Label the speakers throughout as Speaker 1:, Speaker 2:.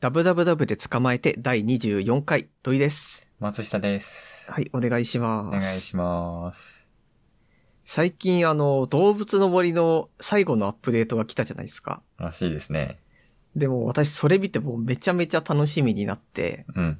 Speaker 1: ダブダブダブで捕まえて第24回、土井です。
Speaker 2: 松下です。
Speaker 1: はい、お願いします。
Speaker 2: お願いします。
Speaker 1: 最近、あの、動物の森の最後のアップデートが来たじゃないですか。
Speaker 2: らしいですね。
Speaker 1: でも私それ見てもうめちゃめちゃ楽しみになって、
Speaker 2: うん。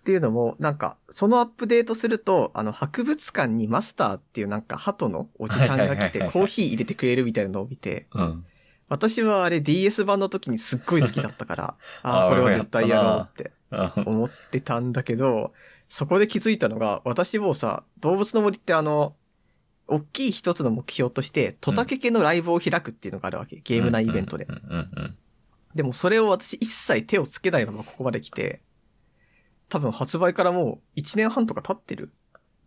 Speaker 1: っていうのも、なんか、そのアップデートすると、あの、博物館にマスターっていうなんか、鳩のおじさんが来て
Speaker 2: はいはいはいはい
Speaker 1: コーヒー入れてくれるみたいなのを見て、
Speaker 2: うん。
Speaker 1: 私はあれ DS 版の時にすっごい好きだった から、ああ、
Speaker 2: あ
Speaker 1: これは絶対やろうって
Speaker 2: あ
Speaker 1: 思ってたんだけど、そこで気づいたのが、私もうさ、動物の森ってあの、大きい一つの目標として、トタケケのライブを開くっていうのがあるわけ。ゲーム内イベントで
Speaker 2: う。んうん
Speaker 1: でもそれを私一切手をつけないままここまで来て、多分発売からもう1年半とか経ってる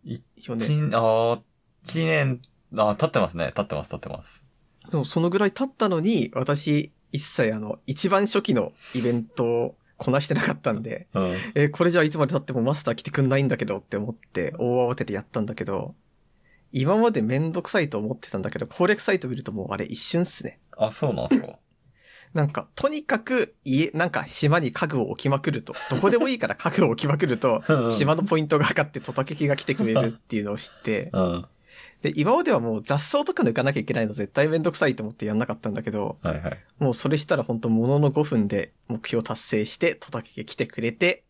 Speaker 2: い
Speaker 1: よ
Speaker 2: うん。
Speaker 1: ね。
Speaker 2: ちん、あー一年、あー、経ってますね。経ってます、経ってます。
Speaker 1: でもそのぐらい経ったのに、私一切あの、一番初期のイベントをこなしてなかったんで、
Speaker 2: うん。
Speaker 1: えーこれじゃあいつまで経ってもマスター来てくんないんだけどって思って、大慌てでやったんだけど、今までめんどくさいと思ってたんだけど、攻略サイト見るともうあれ一瞬っすね。
Speaker 2: あ、そうなんすか。
Speaker 1: なんか、とにかく家、なんか島に家具を置きまくると、どこでもいいから 家具を置きまくると、
Speaker 2: うん
Speaker 1: 島のポイントが上がってトタケキが来てくれるっていうのを知って、
Speaker 2: うん。
Speaker 1: で、今まではもう雑草とか抜かなきゃいけないの絶対めんどくさいと思ってやんなかったんだけど、
Speaker 2: はいはい。
Speaker 1: もうそれしたら本当ものの5分で目標達成してトタケキ来てくれて、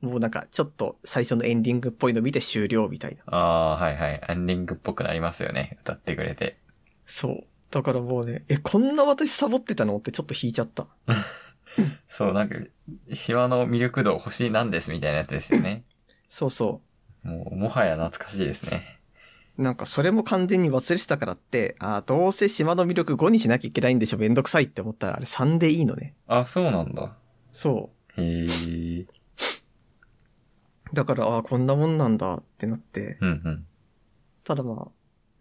Speaker 1: もうなんかちょっと最初のエンディングっぽいの見て終了みたいな。
Speaker 2: ああー、はいはい。エンディングっぽくなりますよね。歌ってくれて。
Speaker 1: そう。だからもうね、え、こんな私サボってたのってちょっと引いちゃった。
Speaker 2: そう、なんか、島の魅力度星なんですみたいなやつですよ ね。
Speaker 1: そうそ
Speaker 2: もう、もはや懐かしいですね。
Speaker 1: う。なんかそれも完全に忘れてたからって、あーどうせ島の魅力5にしなきゃいけないんでしょめんどくさいって思ったらあれ3でいいのね。
Speaker 2: あ、そうなんだ。
Speaker 1: そう。
Speaker 2: へえ。
Speaker 1: だから、ああ、こんなもんなんだってなって。
Speaker 2: うんうん。
Speaker 1: ただまあ、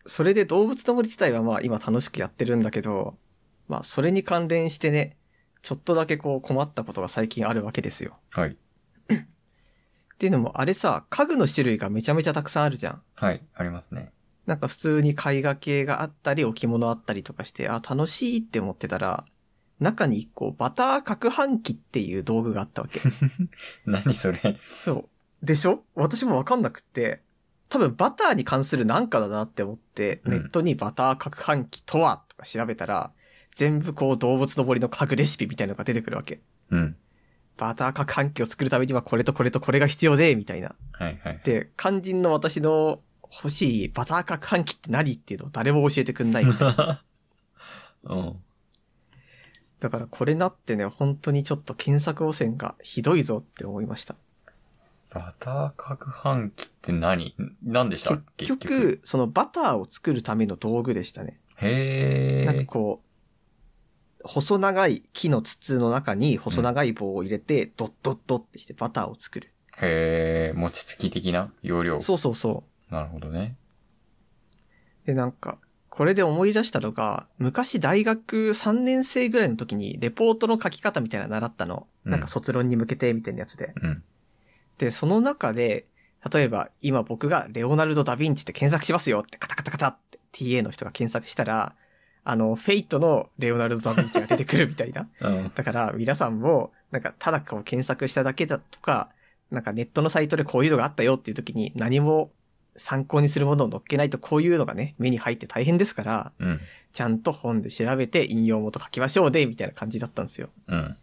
Speaker 1: それで動物の森自体はまあ今楽しくやってるんだけど、まあそれに関連してね、ちょっとだけこう困ったことが最近あるわけですよ。
Speaker 2: はい。
Speaker 1: っていうのもあれさ、家具の種類がめちゃめちゃたくさんあるじゃん。
Speaker 2: はい。ありますね。
Speaker 1: なんか普通に絵画系があったり置物あったりとかして、あー楽しいって思ってたら、中に一個バター攪拌機っていう道具があったわけ。
Speaker 2: 何それ。
Speaker 1: そう。でしょ私もわかんなくって、多分バターに関するなんかだなって思って、
Speaker 2: うん
Speaker 1: ネットにバター攪拌機とはとか調べたら、全部こう動物の森の家具レシピみたいのが出てくるわけ。
Speaker 2: うん。
Speaker 1: バター攪拌機を作るためにはこれとこれとこれが必要で、みたいな。
Speaker 2: はいはい。
Speaker 1: で、肝心の私の欲しいバター攪拌機って何っていうのを誰も教えてくんないみたいな。
Speaker 2: うん。
Speaker 1: だからこれなってね、本当にちょっと検索汚染がひどいぞって思いました。
Speaker 2: バター攪拌機って何何でした
Speaker 1: 結局、そのバターを作るための道具でしたね。
Speaker 2: へ
Speaker 1: なんか
Speaker 2: え。
Speaker 1: こう、細長い木の筒の中に細長い棒を入れて、ドッドッドッってしてバターを作る。
Speaker 2: へえ、餅つき的な容量。
Speaker 1: そうそうそ
Speaker 2: なるほどね。
Speaker 1: う。で、なんか、これで思い出したのが、昔大学3年生ぐらいの時にレポートの書き方みたいなの習ったの。
Speaker 2: うん
Speaker 1: なんか卒論に向けてみたいなやつで。
Speaker 2: うん。
Speaker 1: で、その中で、例えば今僕がレオナルド・ダ・ヴィンチって検索しますよってカタカタカタって TA の人が検索したら、あの、フェイトのレオナルド・ダ・ヴィンチが出てくるみたいな。
Speaker 2: うん。
Speaker 1: だから皆さんも、なんかただこう検索しただけだとか、なんかネットのサイトでこういうのがあったよっていう時に何も参考にするものを載っけないとこういうのがね、目に入って大変ですから、
Speaker 2: うん。
Speaker 1: ちゃんと本で調べて引用元書きましょうで、みたいな感じだったんですよ。
Speaker 2: うん。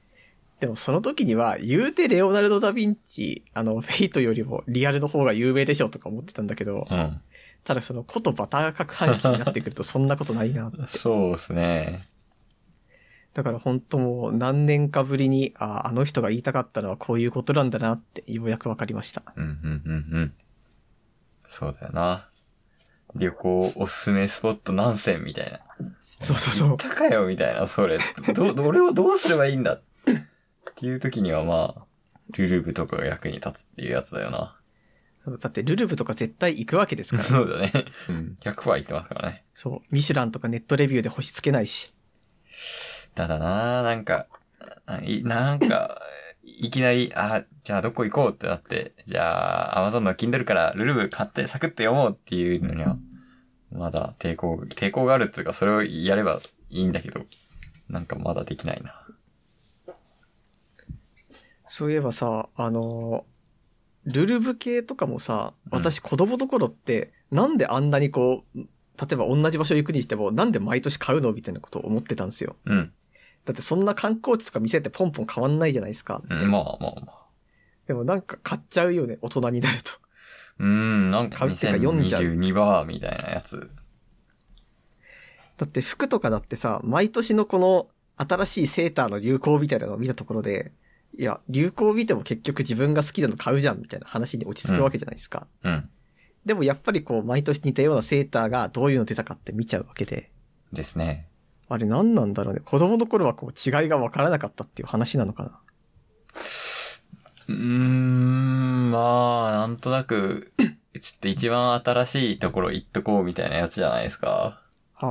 Speaker 1: でもその時には、言うてレオナルド・ダ・ヴィンチ、あの、フェイトよりもリアルの方が有名でしょとか思ってたんだけど、
Speaker 2: うん。
Speaker 1: ただそのことバター攪拌機になってくるとそんなことないな。
Speaker 2: そうですね。
Speaker 1: だから本当もう何年かぶりに、ああ、あの人が言いたかったのはこういうことなんだなってようやくわかりました。
Speaker 2: うんうんうんうん。そうだよな。旅行おすすめスポット何選みたいな。
Speaker 1: そうそうそう。
Speaker 2: 高かよみたいな、それ。ど、ど俺はどうすればいいんだっていう時にはまあ、ルルブとかが役に立つっていうやつだよな。
Speaker 1: そうだってルルブとか絶対行くわけですから。
Speaker 2: そうだね。うん。100%言ってますからね。
Speaker 1: そう。ミシュランとかネットレビューで星つけないし。
Speaker 2: ただなあなんか、あいなんか、いきなり、あ、じゃあどこ行こうってなって、じゃあ、Amazon の Kindle からルルブ買ってサクッと読もうっていうのには、まだ抵抗、抵抗があるっていうか、それをやればいいんだけど、なんかまだできないな。
Speaker 1: そういえばさ、あのールルブ系とかもさ、
Speaker 2: うん
Speaker 1: 私子供の頃って、なんであんなにこう、例えば同じ場所行くにしても、なんで毎年買うのみたいなことを思ってたんですよ。
Speaker 2: うん。
Speaker 1: だってそんな観光地とか見せてポンポン変わんないじゃないですか。
Speaker 2: うん、まあまあまあ。
Speaker 1: でもなんか買っちゃうよね、大人になると。
Speaker 2: うん、なんか
Speaker 1: 買うっていうか読んじゃう
Speaker 2: 2022バーみたいなやつ。
Speaker 1: だって服とかだってさ、毎年のこの新しいセーターの流行みたいなのを見たところで、いや、流行見ても結局自分が好きなの買うじゃんみたいな話に落ち着くわけじゃないですか。
Speaker 2: うん。
Speaker 1: でもやっぱりこう、毎年似たようなセーターがどういうの出たかって見ちゃうわけで、
Speaker 2: ですね。
Speaker 1: あれ何なんだろうね。子供の頃はこう、違いが分からなかったっていう話なのかな。
Speaker 2: うーん、まあ、なんとなく、ちょっと一番新しいところ行っとこうみたいなやつじゃないですか。
Speaker 1: あ
Speaker 2: な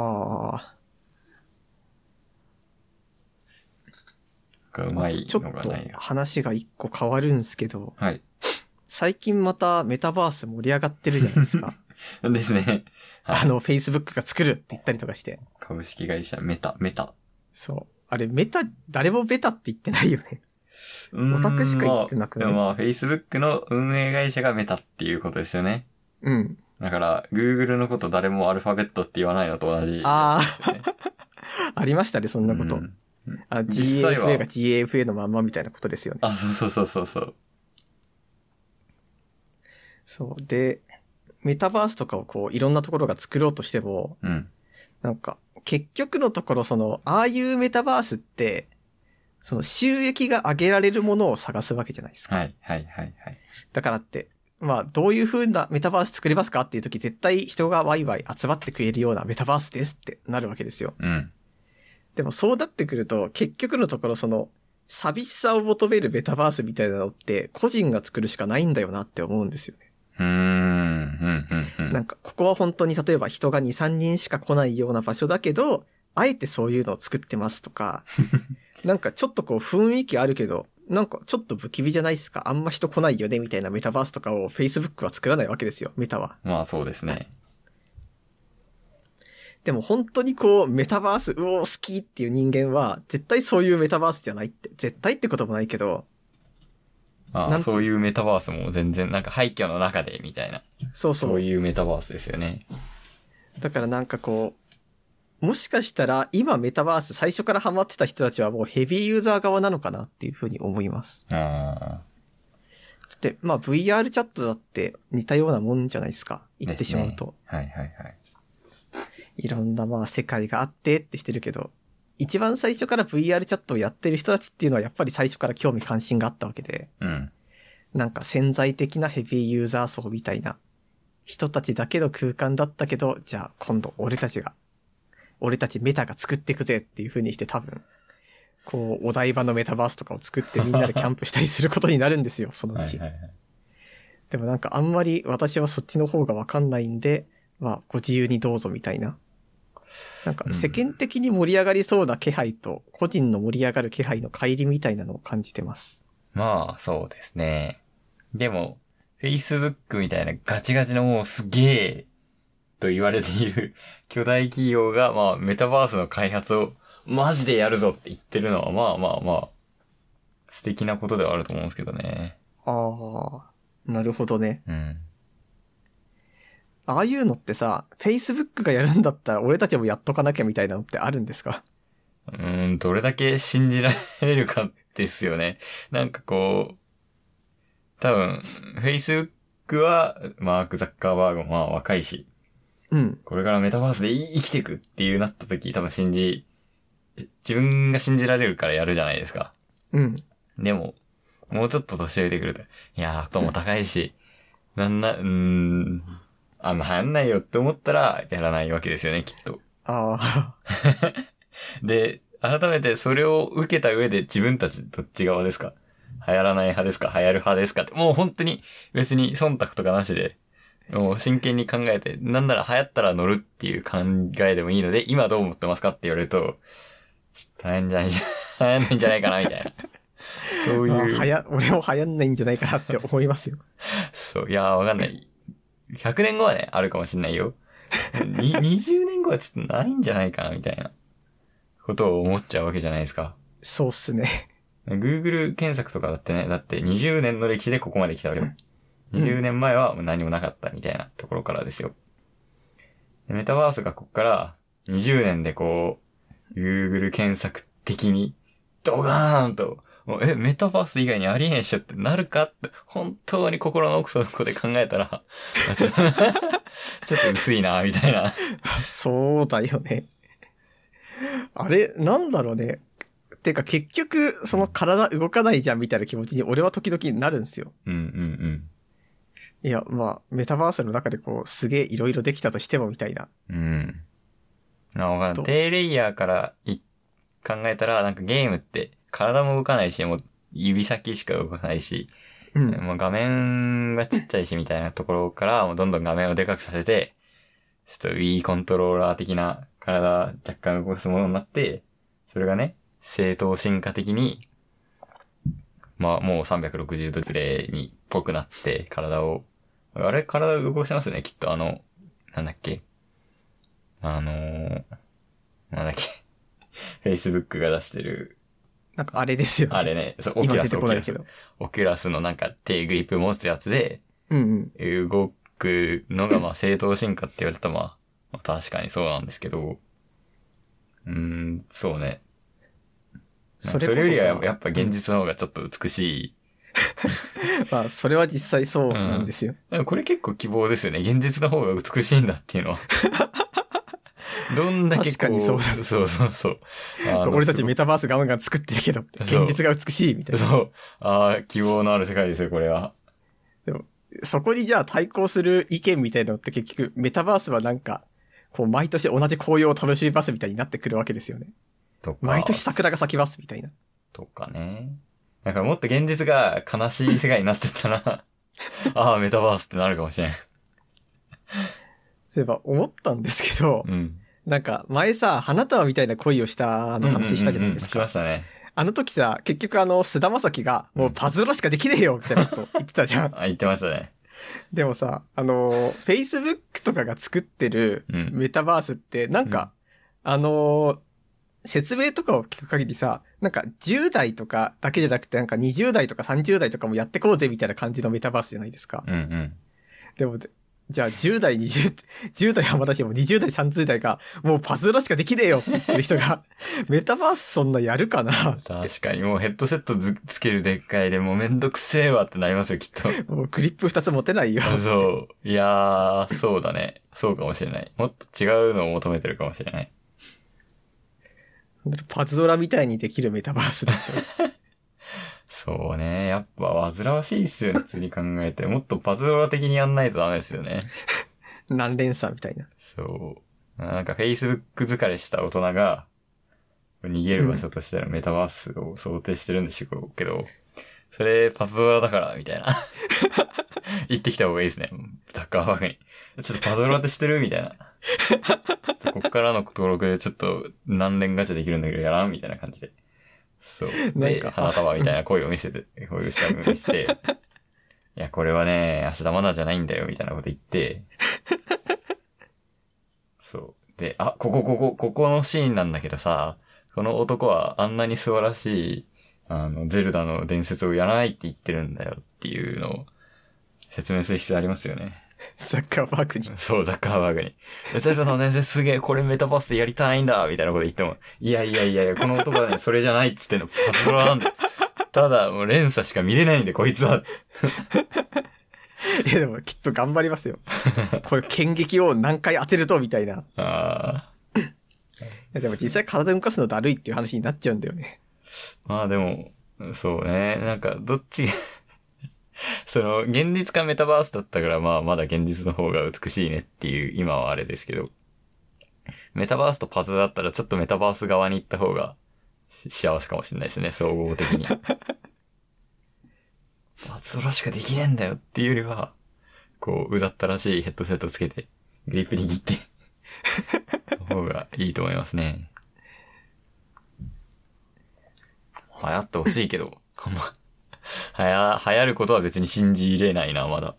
Speaker 2: んか
Speaker 1: あ、
Speaker 2: う
Speaker 1: ま
Speaker 2: ま
Speaker 1: あ
Speaker 2: い
Speaker 1: ちょ
Speaker 2: の
Speaker 1: っ
Speaker 2: が
Speaker 1: と
Speaker 2: ないな。
Speaker 1: 話が一個変わるんですけど、
Speaker 2: はい。
Speaker 1: 最近またメタバース盛り上がってるじゃないです か。
Speaker 2: ですね。はい
Speaker 1: あの、Facebook が作るって言ったりとかして。
Speaker 2: 株式会社メタ、メタ。
Speaker 1: そう。あれ、メタ、誰もベタって言ってないよね。
Speaker 2: オ
Speaker 1: オタクしか言ってなくない
Speaker 2: でもまあ、Facebook の運営会社がメタっていうことですよね。
Speaker 1: うん。
Speaker 2: だから、Google のこと誰もアルファベットって言わないのと同じ。
Speaker 1: あ
Speaker 2: ですね、
Speaker 1: ありましたね、そんなこと。
Speaker 2: うん
Speaker 1: あ
Speaker 2: 実際は
Speaker 1: GAFA が GAFA のまんまみたいなことですよね。
Speaker 2: あ、そうそうそうそうそう。
Speaker 1: そう。で、メタバースとかをこう、いろんなところが作ろうとしても、
Speaker 2: うん。
Speaker 1: なんか、結局のところ、その、ああいうメタバースって、その収益が上げられるものを探すわけじゃないですか。
Speaker 2: はい、はい、はい、はい。
Speaker 1: だからって、まあ、どういう風なメタバース作りますかっていう時、絶対人がワイワイ集まってくれるようなメタバースですってなるわけですよ。
Speaker 2: うん。
Speaker 1: でもそうなってくると、結局のところその、寂しさを求めるメタバースみたいなのって、個人が作るしかないんだよなって思うんですよね。
Speaker 2: うーん、うん、うん、うん。
Speaker 1: なんか、ここは本当に例えば人が2、3人しか来ないような場所だけど、あえてそういうのを作ってますと か、なんかちょっとこう雰囲気あるけど、なんかちょっと不気味じゃないですか。あんま人来ないよねみたいなメタバースとかを Facebook は作らないわけですよ、メタは。
Speaker 2: まあ、そうですね。
Speaker 1: でも本当にこう、メタバース、うお、好きっていう人間は、絶対そういうメタバースじゃないって、絶対ってこともないけど、
Speaker 2: ま
Speaker 1: なん
Speaker 2: あ、
Speaker 1: て
Speaker 2: そういうメタバースも全然、なんか廃墟の中でみたいな。
Speaker 1: そうそう。
Speaker 2: そういうメタバースですよね。
Speaker 1: だからなんかこう、もしかしたら今メタバース最初からハマってた人たちはもうヘビーユーザー側なのかなっていうふうに思います。
Speaker 2: あ
Speaker 1: で、まあ VR チャットだって似たようなもんじゃないですか。言ってしまうと。
Speaker 2: あ。はい、はい、はい。
Speaker 1: いろんなまあ世界があってってしてるけど、一番最初から VR チャットをやってる人たちっていうのはやっぱり最初から興味関心があったわけで、
Speaker 2: うん。
Speaker 1: なんか潜在的なヘビーユーザー層みたいな人たちだけの空間だったけど、じゃあ今度俺たちが、俺たちメタが作っていくぜっていう風にして多分、こうお台場のメタバースとかを作ってみんなでキャンプしたりすることになるんですよ、その
Speaker 2: は
Speaker 1: う
Speaker 2: い、
Speaker 1: ち
Speaker 2: はい。はい。
Speaker 1: でもなんかあんまり私はそっちの方がわかんないんで、まあご自由にどうぞみたいな。なんか世間的に盛り上がりそうな気配と個人の盛り上がる気配の乖離みたいなのを感じてます。
Speaker 2: まあ、そうですね。でも、Facebook みたいなガチガチのもうすげえと言われている 巨大企業が、まあ、メタバースの開発をマジでやるぞって言ってるのは、まあまあまあ、素敵なことではあると思うんですけどね。
Speaker 1: ああ、なるほどね。
Speaker 2: うん。
Speaker 1: ああいうのってさ、Facebook がやるんだったら俺たちもやっとかなきゃみたいなのってあるんですか
Speaker 2: うーん、どれだけ信じられるかですよね。 なんかこう、多分、Facebook は、マーク・ザッカーバーグもまあ若いし、
Speaker 1: うん。
Speaker 2: これからメタバースでい生きていくっていうなった時、多分信じ、自分が信じられるからやるじゃないですか。
Speaker 1: うん。
Speaker 2: でも、もうちょっと年上でくると、いやー、後も高いし、なんな、うーん、あんま流行んないよって思ったら、やらないわけですよね、きっと。
Speaker 1: ああ、
Speaker 2: で、改めてそれを受けた上で自分たちどっち側ですか流行らない派ですか流行る派ですかって、もう本当に別に忖度とかなしで、もう真剣に考えて、なんなら流行ったら乗るっていう考えでもいいので、今どう思ってますかって言われると、ちょっと大変じゃないじゃ、流行んないんじゃないかなみたいな。そう
Speaker 1: まあ、
Speaker 2: いう
Speaker 1: は。や、俺も流行んないんじゃないかなって思いますよ。
Speaker 2: そう、いやーわかんない。100年後はね、あるかもしんないよ。に20年後はちょっとないんじゃないかなみたいな、ことを思っちゃうわけじゃないですか。
Speaker 1: そうっすね。
Speaker 2: Google 検索とかだってね、だって20年の歴史でここまで来たわけだ。
Speaker 1: うん
Speaker 2: 20年前はもう何もなかったみたいなところからですよ。でメタバースがここから20年でこう、Google 検索的にドガーンと、もうえ、メタバース以外にありえんっしょってなるかって、本当に心の奥底で考えたら、 あちょちょっと薄いな、みたいな。
Speaker 1: そうだよね。あれ、なんだろうね。てか結局、その体動かないじゃんみたいな気持ちに俺は時々なるんですよ。
Speaker 2: うんうん
Speaker 1: いや、まあ、メタバースの中でこう、すげえいろいろできたとしてもみたいな。
Speaker 2: うん。うん。なわから
Speaker 1: どう
Speaker 2: ん。低レイヤーからい考えたら、なんかゲームって体も動かないし、もう指先しか動かないし、
Speaker 1: うん。
Speaker 2: もう画面がちっちゃいしみたいなところから、もうどんどん画面をでかくさせて、ちょっと Wii コントローラー的な体若干動かすものになって、それがね、正当進化的に、まあもう360度くらいにっぽくなって、体を、あれ体動かしてますよね、きっとあの、なんだっけ。あのー、なんだっけ。Facebook が出してる、
Speaker 1: なんかあれですよ、ね。
Speaker 2: あれね、そう、オキュ
Speaker 1: 今
Speaker 2: ラ
Speaker 1: 出
Speaker 2: ス、
Speaker 1: て
Speaker 2: オ
Speaker 1: こ
Speaker 2: キ
Speaker 1: な
Speaker 2: ュ
Speaker 1: い
Speaker 2: ラ
Speaker 1: け
Speaker 2: ス。
Speaker 1: ど。
Speaker 2: オキュラスのなんか手グリップ持つやつで、
Speaker 1: うんうん。
Speaker 2: 動くのがまあ正当進化って言われたらまあ、まあ確かにそうなんですけど、うーん、そうね。
Speaker 1: それ
Speaker 2: そ
Speaker 1: こ
Speaker 2: れ
Speaker 1: そ
Speaker 2: より
Speaker 1: さ
Speaker 2: はやっぱ現実の方がちょっと美しい。
Speaker 1: まあ、それは実際そうなんですよ。
Speaker 2: でもこれ結構希望ですよね。現実の方が美しいんだってい うのは。どんだけこう
Speaker 1: 確かにそうだ
Speaker 2: そうそうそう。あの
Speaker 1: 俺たちメタバースガンガン作ってるけど、現実が美しいみたいな。
Speaker 2: そう。ああ、希望のある世界ですよ、これは。
Speaker 1: そこにじゃあ対抗する意見みたいなのって結局、メタバースはなんか、こう、毎年同じ紅葉を楽しみますみたいになってくるわけですよね。
Speaker 2: とか。
Speaker 1: 毎年桜が咲きますみたいな。
Speaker 2: とかね。だからもっと現実が悲しい世界になってったら、 ああ、メタバースってなるかもしれん。
Speaker 1: そういえば思ったんですけど、
Speaker 2: うん。
Speaker 1: なんか前さ、花束みたいな恋をしたの話したじゃないです
Speaker 2: うんうんう
Speaker 1: か
Speaker 2: んしまし。たね。
Speaker 1: あの時さ、結局あの、菅田将暉が、もうパズロしかできねえよみたいなこと言ってたじゃ ん。
Speaker 2: あ、言ってましたね。
Speaker 1: でもさ、あの、Facebook とかが作ってる
Speaker 2: うん。
Speaker 1: メタバースって、なんか、あのー説明とかを聞く限りさ、なんか10代とかだけじゃなくて、なんか20代とか30代とかもやってこうぜみたいな感じのメタバースじゃないですか。
Speaker 2: うんうん。
Speaker 1: でも、でじゃあ10代、20、10代は まだしも20代、30代が、もうパズドラしかできねえよって言ってる人が、 メタバースそんなやるかな って、
Speaker 2: 確かにもうヘッドセットつつけるでっかいでもうめんどくせえわってなりますよ、きっ と。
Speaker 1: もうグリップ2つ持てないよ。
Speaker 2: そう。いやー、そうだね。そうかもしれない。もっと違うのを求めてるかもしれない。
Speaker 1: パズドラみたいにできるメタバースでしょ。
Speaker 2: そうね。やっぱ煩わしいっすよね、普通に考えて。もっとパズドラ的にやんないとダメですよね。
Speaker 1: 何連鎖みたいな。
Speaker 2: そう。なんか Facebook 疲れした大人が、逃げる場所としてのメタバースを想定してるんでしょうけど、それパズドラだから、みたいな。 行ってきた方がいいですね。ダッカーバーグに。ちょっとパズドラって知ってるみたいな。ちょっとこっからの登録でちょっと何連ガチャできるんだけどやらんみたいな感じで。そう。
Speaker 1: なん
Speaker 2: で、
Speaker 1: か
Speaker 2: 花束みたいな声を見せ て、声をした見せて、いや、これはね、足玉なんじゃないんだよ、みたいなこと言って、そう。で、あ、ここ、ここ、ここのシーンなんだけどさ、この男はあんなに素晴らしい、あの、ゼルダの伝説をやらないって言ってるんだよっていうのを説明する必要ありますよね。
Speaker 1: サッカーバーグに。
Speaker 2: そう、ザッカーバーグに。ゼルダの伝説すげえ、これメタバースでやりたいんだみたいなこと言っても、いやいやいやいや、この男はね、それじゃないっつってんの、パズドラなんだよただ、もう連鎖しか見れないんで、こいつは。
Speaker 1: いやでもきっと頑張り ますよ。こういう剣撃を何回当てるとみたいな。い
Speaker 2: あ
Speaker 1: やでも実際体動かすのだるいっていう話になっちゃうんだよね。
Speaker 2: ーまあでも、そうね、なんか、どっちが、 その、現実かメタバースだったから、まあ、まだ現実の方が美しいねっていう、今はあれですけど、メタバースとパズドラだったら、ちょっとメタバース側に行った方が、幸せかもしれないですね、総合的に。 パズドラしかできねえんだよっていうよりは、こう、うざったらしいヘッドセットつけて、グリップ握って、の方がいいと思いますね。流行ってほしいけど、あんま、はや、流行ることは別に信じれないな、まだ。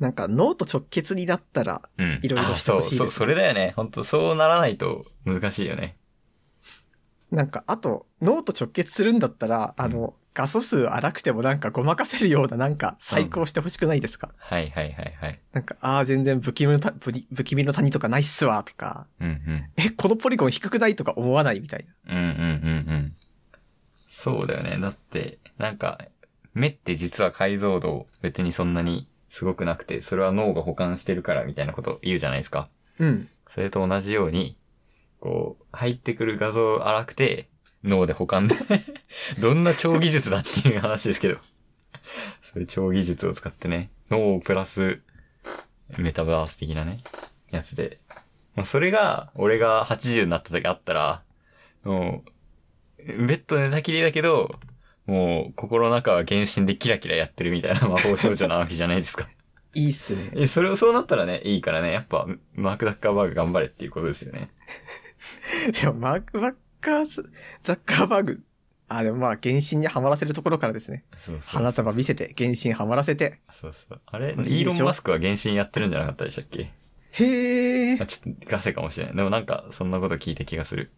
Speaker 1: なんか脳と直結になったら、
Speaker 2: うん。
Speaker 1: いろいろしてほしいです
Speaker 2: あそう、そう、それだよね。本当そうならないと難しいよね。
Speaker 1: なんか、あと、脳と直結するんだったら、あの、画素数荒くてもなんかごまかせるようななんか再考してほしくないですか、
Speaker 2: はいはいはいはい。
Speaker 1: なんか、ああ、全然不気味のた不利不気味の谷とかないっすわ、とか、
Speaker 2: うんうん。
Speaker 1: え、このポリゴン低くないとか思わないみたいな。
Speaker 2: うんうんうんうん。そうだよね。だって、なんか、目って実は解像度別にそんなにすごくなくて、それは脳が保管してるからみたいなこと言うじゃないですか。
Speaker 1: うん。
Speaker 2: それと同じように、こう、入ってくる画像荒くて、脳で保管で、 どんな超技術だっていう話ですけど。それ超技術を使ってね、脳プラス、メタバース的なね、やつで。まあ、それが、俺が80になった時あったら、もう、ベッドで寝たきりだけど、もう、心の中は原神でキラキラやってるみたいな魔法少女なわけじゃないですか。
Speaker 1: いいっすね。
Speaker 2: え、それをそうなったらね、いいからね、やっぱ、マーク・ザッカーバーグ頑張れっていうことですよね。
Speaker 1: でも、マーク・バッカーズ、ザッカーバーグ。あ、でもまあ、原神にはまらせるところからですね。
Speaker 2: そうそう。
Speaker 1: 花束見せて、原神はまらせて。
Speaker 2: そうそう。あれ、イ
Speaker 1: これいい
Speaker 2: ー
Speaker 1: でしょ
Speaker 2: ロン・マスクは原神やってるんじゃなかったでしたっけ
Speaker 1: へ
Speaker 2: あ
Speaker 1: え。
Speaker 2: ちょっとガセかもしれない。でもなんか、そんなこと聞いた気がする。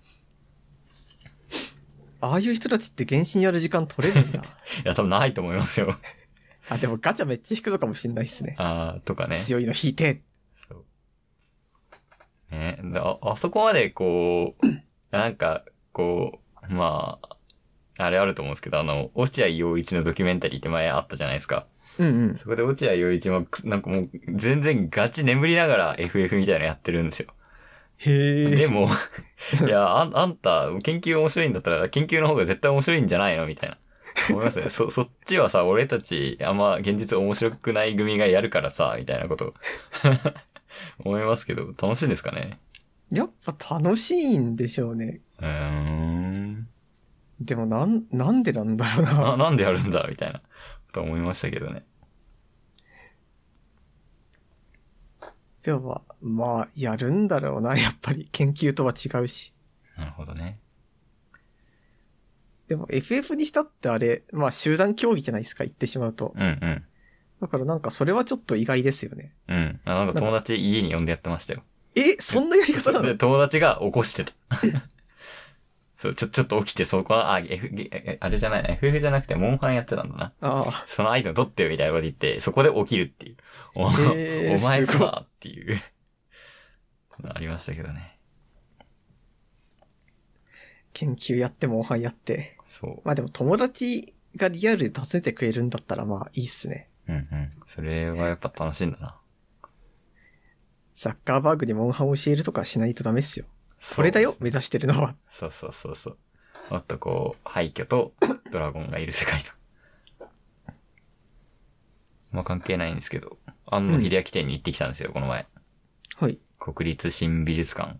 Speaker 1: ああいう人たちって原神やる時間取れるんだ。
Speaker 2: いや、多分ないと思いますよ。
Speaker 1: あ、でもガチャめっちゃ引くのかもしんないっすね。
Speaker 2: あー、とかね。
Speaker 1: 強いの引いて。
Speaker 2: ねあ、あそこまでこう、なんか、こう、まあ、あれあると思うんですけど、あの、落合陽一のドキュメンタリーって前あったじゃないですか。
Speaker 1: うんうん。
Speaker 2: そこで落合陽一も、くなんかもう、全然ガチ眠りながら FF みたいなのやってるんですよ。
Speaker 1: へ
Speaker 2: で
Speaker 1: え。
Speaker 2: も、 いや、あん、あんた、研究面白いんだったら、研究の方が絶対面白いんじゃないのみたいな。思いますね。そ、そっちはさ、俺たち、あんま現実面白くない組がやるからさ、みたいなこと。 思いますけど、楽しいんですかね
Speaker 1: やっぱ楽しいんでしょうね。
Speaker 2: うーん。
Speaker 1: でもなん、なんでなんだろう
Speaker 2: な、
Speaker 1: な。
Speaker 2: なんでやるんだみたいな、と思いましたけどね。
Speaker 1: でもまあ、まあ、やるんだろうな。 やっぱり研究とは違うし。
Speaker 2: なるほどね。
Speaker 1: でも FF にしたってあれ、まあ集団競技じゃないですか、言ってしまうと。
Speaker 2: うんうん。
Speaker 1: だからなんかそれはちょっと意外ですよね。
Speaker 2: うん。あなんか友達家に呼んでやってましたよ。
Speaker 1: え、そんなやり方なの
Speaker 2: で、友達が起こしてた。 そう、ちょ、ちょっと起きて、そこは、あ、F、えあれじゃないな、FF じゃなくて、モンハンやってたんだな。
Speaker 1: あ
Speaker 2: そのアイテム取ってよみたいなこと言って、そこで起きるっていう。 お,、
Speaker 1: へー
Speaker 2: 前
Speaker 1: すごい
Speaker 2: さ、っていう。ありましたけどね。
Speaker 1: あ、研究やってもおはやって。
Speaker 2: そ
Speaker 1: まあでも友達がリアルで訪ねてくれるんだったらまあいいっすね。
Speaker 2: う。うんうん。それはやっぱ楽しいんだな。
Speaker 1: サッカーバーグにモンハンを教えるとかしないとダメっすよ。それだよ、目指してるのは。
Speaker 2: そうそうそうそう。もっとこう、廃墟とドラゴンがいる世界と。まあ関係ないんですけど、安野秀明店に行ってきたんですよ、この前。
Speaker 1: はい。
Speaker 2: 国立新美術館。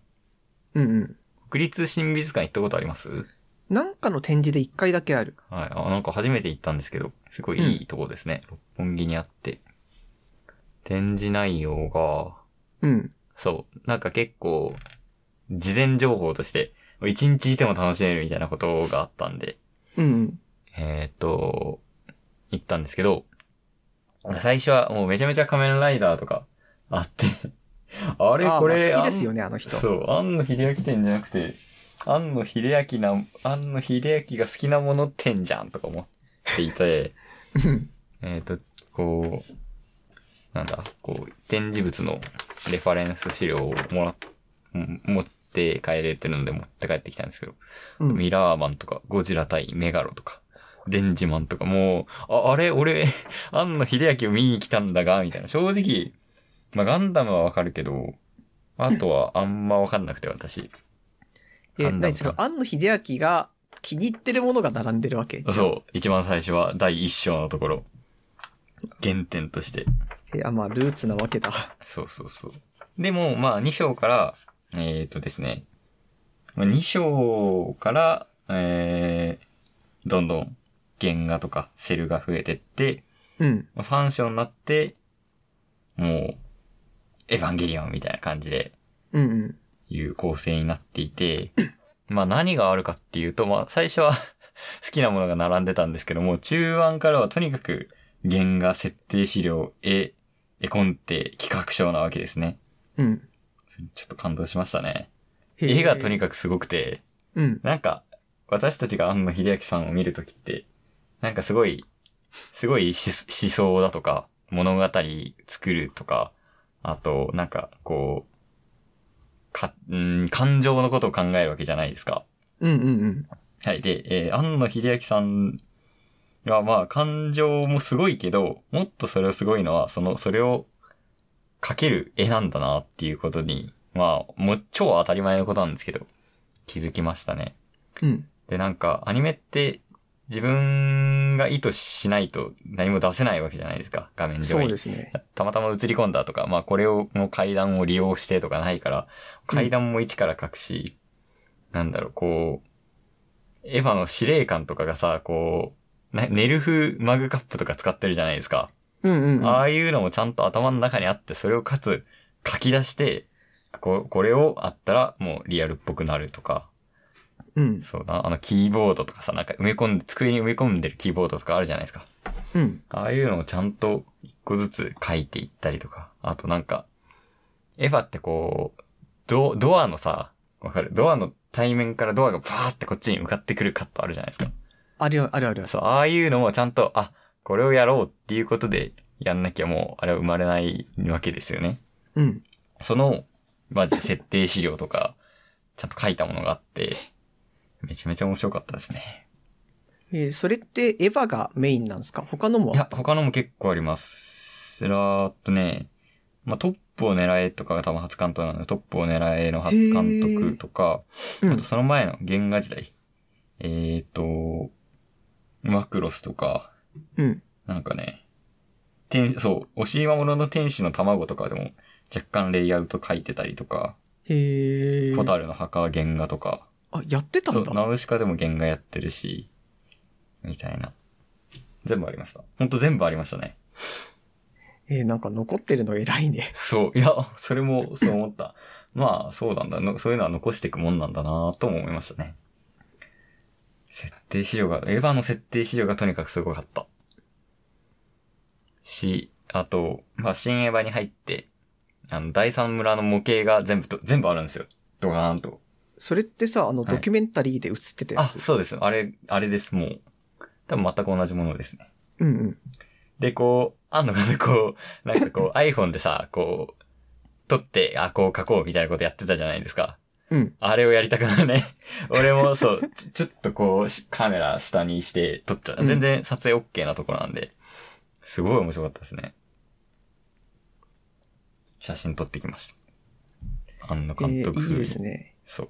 Speaker 1: うんうん。
Speaker 2: 国立新美術館行ったことあります
Speaker 1: なんかの展示で一回だけある。
Speaker 2: はい。あ、なんか初めて行ったんですけど、すごいいいとこですね。六本木にあって。展示内容が、
Speaker 1: うん。
Speaker 2: そう、なんか結構、事前情報として、一日いても楽しめるみたいなことがあったんで、
Speaker 1: うんうん。
Speaker 2: えーっと、行ったんですけど、最初はもうめちゃめちゃ仮面ライダーとかあって、 あ
Speaker 1: あ
Speaker 2: れ
Speaker 1: ー
Speaker 2: こ
Speaker 1: ま
Speaker 2: れ、
Speaker 1: あ好きですよね、あの人。
Speaker 2: そう、庵野秀明店じゃなくて、庵野秀明な、庵野秀明が好きなもの店じゃんとか思っていて、
Speaker 1: うん
Speaker 2: えっと、こう、なんだ、こう、展示物のレファレンス資料をもら、うん持って帰れてるので持って帰ってきたんですけど、
Speaker 1: うん。
Speaker 2: ミラーマンとか、ゴジラ対メガロとか、デンジマンとか、もう、あ、あれ、俺、庵野秀明を見に来たんだが、みたいな。正直、まあ、ガンダムはわかるけど、あとはあんまわかんなくて、私。
Speaker 1: え、
Speaker 2: なんだ
Speaker 1: 何それ、庵野秀明が気に入ってるものが並んでるわけ
Speaker 2: そう、一番最初は第一章のところ。原点として。
Speaker 1: いや、まあ、ルーツなわけだ。
Speaker 2: そうそうそう。でも、まあ、2章から、えっ、ー、とですね、まあ2章から、えー、どんどん原画とかセルが増えてって、
Speaker 1: うん。
Speaker 2: もう3章になって、もう、エヴァンゲリオンみたいな感じで、
Speaker 1: うんうん。
Speaker 2: いう構成になっていて、 まあ何があるかっていうと、まあ最初は 好きなものが並んでたんですけども、中盤からはとにかく原画、設定資料、絵、絵コンテ、企画書なわけですね。
Speaker 1: うん。
Speaker 2: ちょっと感動しましたね。絵がとに
Speaker 1: か
Speaker 2: かくすごくて、
Speaker 1: く。うん。
Speaker 2: なんか、私たちが庵野秀明さんを見るときって、なんかすごい、すごい思思想だとか、物語作るとか、あと、なんか、こう、か、うん感情のことを考えるわけじゃないですか。
Speaker 1: うんうんうん。
Speaker 2: はい。で、えー、庵野秀明さんは、まあ、感情もすごいけど、もっとそれをすごいのは、その、それを描ける絵なんだなっていうことに、まあ、もう超当たり前のことなんですけど、気づきましたね。
Speaker 1: うん。
Speaker 2: で、なんか、アニメって、自分が意図しないと何も出せないわけじゃないですか、画面上
Speaker 1: そう
Speaker 2: に
Speaker 1: で。すね。
Speaker 2: たまたま映り込んだとか、まあこれを、の階段を利用してとかないから、階段も一から書くし、なんだろう、こう、エヴァの司令官とかがさ、こう、なネルフマグカップとか使ってるじゃないですか。
Speaker 1: うんうんうん。
Speaker 2: ああいうのもちゃんと頭の中にあって、それをかつ書き出して、ここれをあったらもうリアルっぽくなるとか、
Speaker 1: うん。
Speaker 2: そうだな、あのキーボードとかさ、なんか埋め込んで、机に埋め込んでるキーボードとかあるじゃないですか。
Speaker 1: うん。
Speaker 2: ああいうのをちゃんと一個ずつ書いていったりとか、あとなんか、エヴァってこう、ド、ドアのさ、わかるドアの対面からドアがバーってこっちに向かってくるカットあるじゃないですか。
Speaker 1: あるよあるあるある。
Speaker 2: そう、ああいうのもちゃんと、あ、これをやろうっていうことでやんなきゃもう、あれは生まれないわけですよね。
Speaker 1: うん。
Speaker 2: その、まず設定資料とか、ちゃんと書いたものがあって、めちゃめちゃ面白かったですね。
Speaker 1: えーそれってエヴァがメインなんですか他のも
Speaker 2: いや、他のも結構あります。ずらーっとね、まあ、トップを狙えとかが多分初監督なので、トップを狙えの初監督とか、
Speaker 1: うん
Speaker 2: あとその前の原画時代。えーと、マクロスとか、
Speaker 1: うん。なん
Speaker 2: なんかね、天、そう、押し守の天使の卵とかでも若干レイアウト書いてたりとか、
Speaker 1: へえ。
Speaker 2: ホタルの墓は原画とか、
Speaker 1: あ、やってた
Speaker 2: そ
Speaker 1: ん
Speaker 2: う、
Speaker 1: だ。
Speaker 2: ナウシカでも原画やってるし、みたいな。全部ありました。ほんと全部ありましたね。
Speaker 1: えーなんか残ってるの偉いね。
Speaker 2: そう。いや、それもそう思った。まあ、そうなんだの。そういうのは残していくもんなんだなとも思いましたね。設定資料が、エヴァの設定資料がとにかくすごかった。し、あと、まあ、新エヴァに入って、あの、第三村の模型が全部と、全部あるんですよ。ドカーンと。
Speaker 1: それってさ、あの、
Speaker 2: はい
Speaker 1: ドキュメンタリーで映ってたや
Speaker 2: あ、
Speaker 1: つ。
Speaker 2: そうです。あれ、あれです、もう。多分全く同じものですね。
Speaker 1: うんうん。
Speaker 2: で、こう、あんのかな、こう、なんかこう、iPhone でさ、こう、撮って、あ、こう書こうみたいなことやってたじゃないですか。
Speaker 1: うん。
Speaker 2: あれをやりたくなるね。 俺もそう、ちょちょっとこうし、カメラ下にして撮っちゃ
Speaker 1: う
Speaker 2: う。
Speaker 1: ん
Speaker 2: 全然撮影 OK なところなんで、すごい面白かったですね。写真撮ってきました。庵野
Speaker 1: えー
Speaker 2: 監督風
Speaker 1: いい
Speaker 2: に
Speaker 1: ですね。
Speaker 2: そう。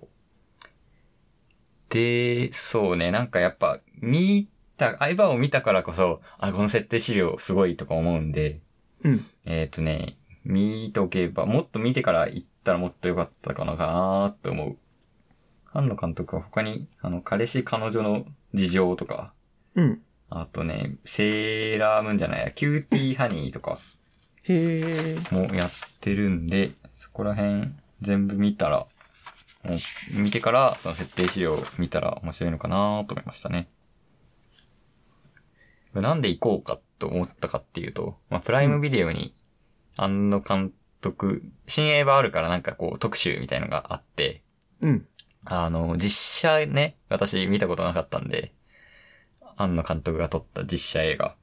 Speaker 2: で、そうね、なんかやっぱ、見た、相葉を見たからこそ、あ、この設定資料すごいとか思うんで、
Speaker 1: うん。
Speaker 2: えっ、とね、見とけば、もっと見てから行ったらもっと良かったかなかなーって思う。庵野監督は他に、あの、彼氏彼女の事情とか、
Speaker 1: うん。
Speaker 2: あとね、セーラームーンじゃないや、キューティーハニーとか
Speaker 1: へえ。
Speaker 2: もやってるんで、そこら辺全部見たら、もう見てから、その設定資料を見たら面白いのかなーと思いましたね。なんで行こうかと思ったかっていうと、まあ、プライムビデオに、あの監督、新映画あるからなんかこう特集みたいのがあって、
Speaker 1: うん。
Speaker 2: あの、実写ね、私見たことなかったんで、庵野監督が撮った実写映画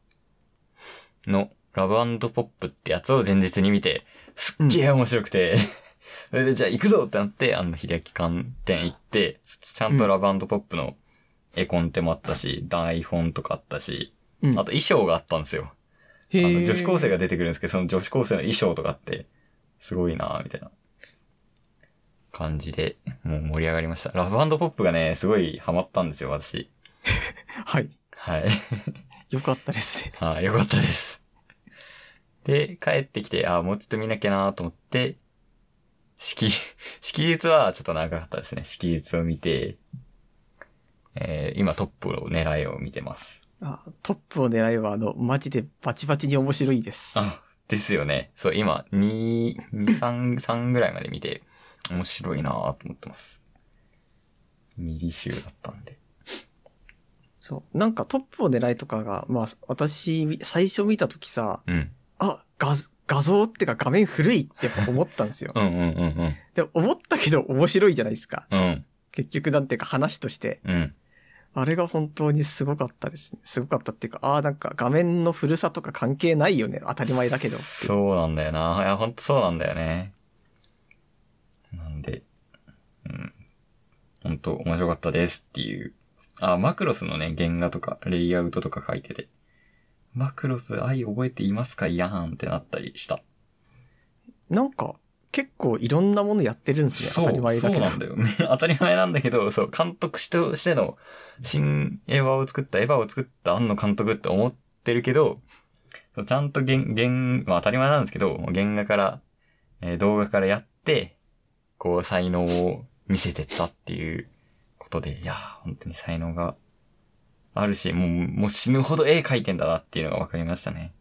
Speaker 2: のラブポップってやつを前日に見て、すっげえ面白くて、それで じゃあ行くぞってなって、あの、秀明観点行って、ちゃんとラブポップの絵コンテもあったし、台本とかあったし、
Speaker 1: うん。
Speaker 2: あと衣装があったんですよ。
Speaker 1: へ
Speaker 2: あ
Speaker 1: ー
Speaker 2: の、女子高生が出てくるんですけど、その女子高生の衣装とかって、すごいなぁみたいな感じで、もう盛り上がりました。ラブポップがね、すごいハマったんですよ、私。
Speaker 1: はい。
Speaker 2: はい。
Speaker 1: よかったですね。
Speaker 2: はい、よかったです。で、帰ってきて、あーもうちょっと見なきゃなと思って、式、 式日はちょっと長かったですね。式日を見て、えー今トップを狙えを見てます。
Speaker 1: あトップを狙えば、あの、マジでバチバチに面白いです。
Speaker 2: あ、 ですよね。そう、今、2、2、3、3ぐらいまで見て、面白いなぁと思ってます。右集だったんで。
Speaker 1: そう。なんかトップを狙いとかが、まあ、私、最初見たときさ、
Speaker 2: うん。。
Speaker 1: あ、画像、画像ってか画面古いってやっぱ思ったんですよ
Speaker 2: うんうんうん
Speaker 1: で、思ったけど面白いじゃないですか。
Speaker 2: うん。うん。
Speaker 1: 結局なんていうか話として。
Speaker 2: うん。
Speaker 1: あれが本当にすごかったですね。すごかったっていうか、ああ、なんか画面の古さとか関係ないよね。当たり前だけど。
Speaker 2: そうなんだよな。いや、ほんとそうなんだよね。なんで、うん。ほんと面白かったですっていう。あ、マクロスのね、原画とか、レイアウトとか書いてて。マクロス愛覚えていますかいやーんってなったりした。
Speaker 1: なんか、結構いろんなものやってるんですね。
Speaker 2: そ
Speaker 1: 当
Speaker 2: う、
Speaker 1: たり前だけ
Speaker 2: そう
Speaker 1: ど
Speaker 2: な。んだよ。 当たり前なんだけど、そう、監督としての、新エヴァを作った、エヴァを作った庵野監督って思ってるけど、そうちゃんと原、原、まあ当たり前なんですけど、もう原画から、えー動画からやって、こう、才能を見せてったっていうことで、いやー、本当に才能があるし、もう、もう死ぬほど絵描いてんだなっていうのが分かりましたね。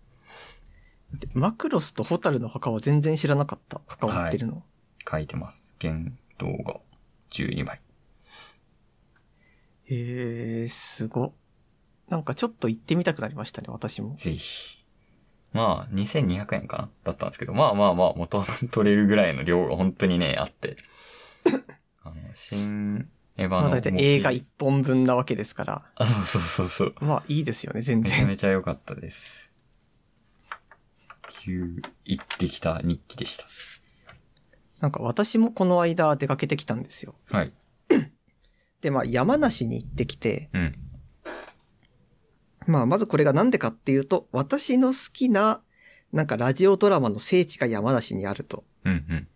Speaker 1: マクロスとホタルの墓は全然知らなかった。関わってるの。
Speaker 2: 描いてます。原動画12枚。
Speaker 1: へえ、すご。なんかちょっと行ってみたくなりましたね、私も。
Speaker 2: ぜひ。まあ、2200円かなだったんですけど、まあまあまあ、元々取れるぐらいの量が本当にね、あって。あの、新エヴァの。
Speaker 1: まあ大体
Speaker 2: もう
Speaker 1: 映画1本分なわけですから。
Speaker 2: あ、そうそうそうそう。
Speaker 1: まあいいですよね、全
Speaker 2: めちゃ
Speaker 1: 然。
Speaker 2: めちゃ良かったです。っていう、行ってきた日記でした。
Speaker 1: なんか私もこの間出かけてきたんですよ。
Speaker 2: はい。
Speaker 1: で、まあ山梨に行ってきて、
Speaker 2: うん。
Speaker 1: まあまずこれがなんでかっていうと、私の好きな、なんかラジオドラマの聖地が山梨にあると。
Speaker 2: うんうん。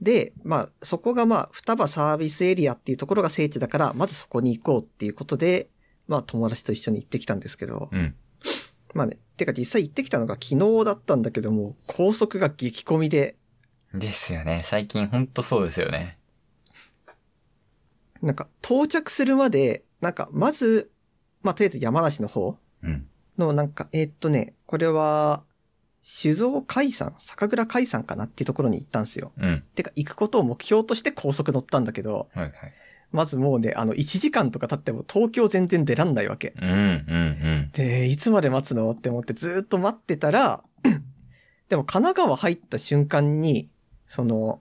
Speaker 1: で、まあそこがまあ双葉サービスエリアっていうところが聖地だから、まずそこに行こうっていうことで、まあ友達と一緒に行ってきたんですけど、
Speaker 2: うん。
Speaker 1: まあね、てか実際行ってきたのが昨日だったんだけども、高速が激混みで、
Speaker 2: ですよね。最近ほんとそうですよね。
Speaker 1: なんか到着するまで、なんかまず、まあとりあえず山梨の方
Speaker 2: うん。
Speaker 1: のなんか、えーっとね、これは、酒造海山、酒蔵海山かなっていうところに行ったんですよ。
Speaker 2: うん。
Speaker 1: てか行くことを目標として高速乗ったんだけど、
Speaker 2: はいはい。
Speaker 1: まずもうね、あの1時間とか経っても東京全然出らんないわけ。
Speaker 2: うんうん
Speaker 1: で、いつまで待つのって思ってずーっと待ってた ら、でも神奈川入った瞬間に、その、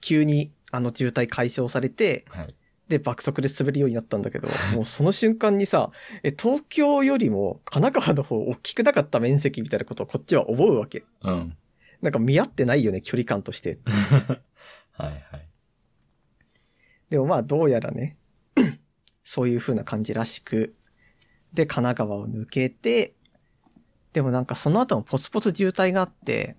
Speaker 1: 急にあの渋滞解消されて、
Speaker 2: うん。はい。
Speaker 1: で、爆速で滑るようになったんだけ ど、もうその瞬間にさ、え、東京よりも神奈川の方大きくなかった面積みたいなことをこっちは思うわけ。
Speaker 2: うん。
Speaker 1: なんか見合ってないよね、距離感として。
Speaker 2: はいはい。
Speaker 1: でもまあどうやらね、 そういう風な感じらしく、で、神奈川を抜けて、でもなんかその後もポツポツ渋滞があって、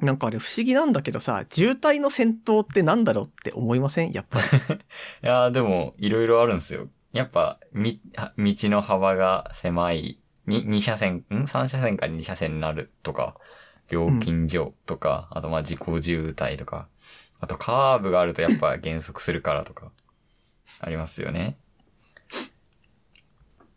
Speaker 1: なんかあれ不思議なんだけどさ、渋滞の先頭ってなんだろうって思いませんやっぱり。
Speaker 2: いやーでも、いろいろあるんですよ。やっぱ、み、あ道の幅が狭い、に、2車線、ん ?3 車線から2車線になるとか、料金所とか、あとまあ自己渋滞とか、あとカーブがあるとやっぱ減速するからとか、ありますよね。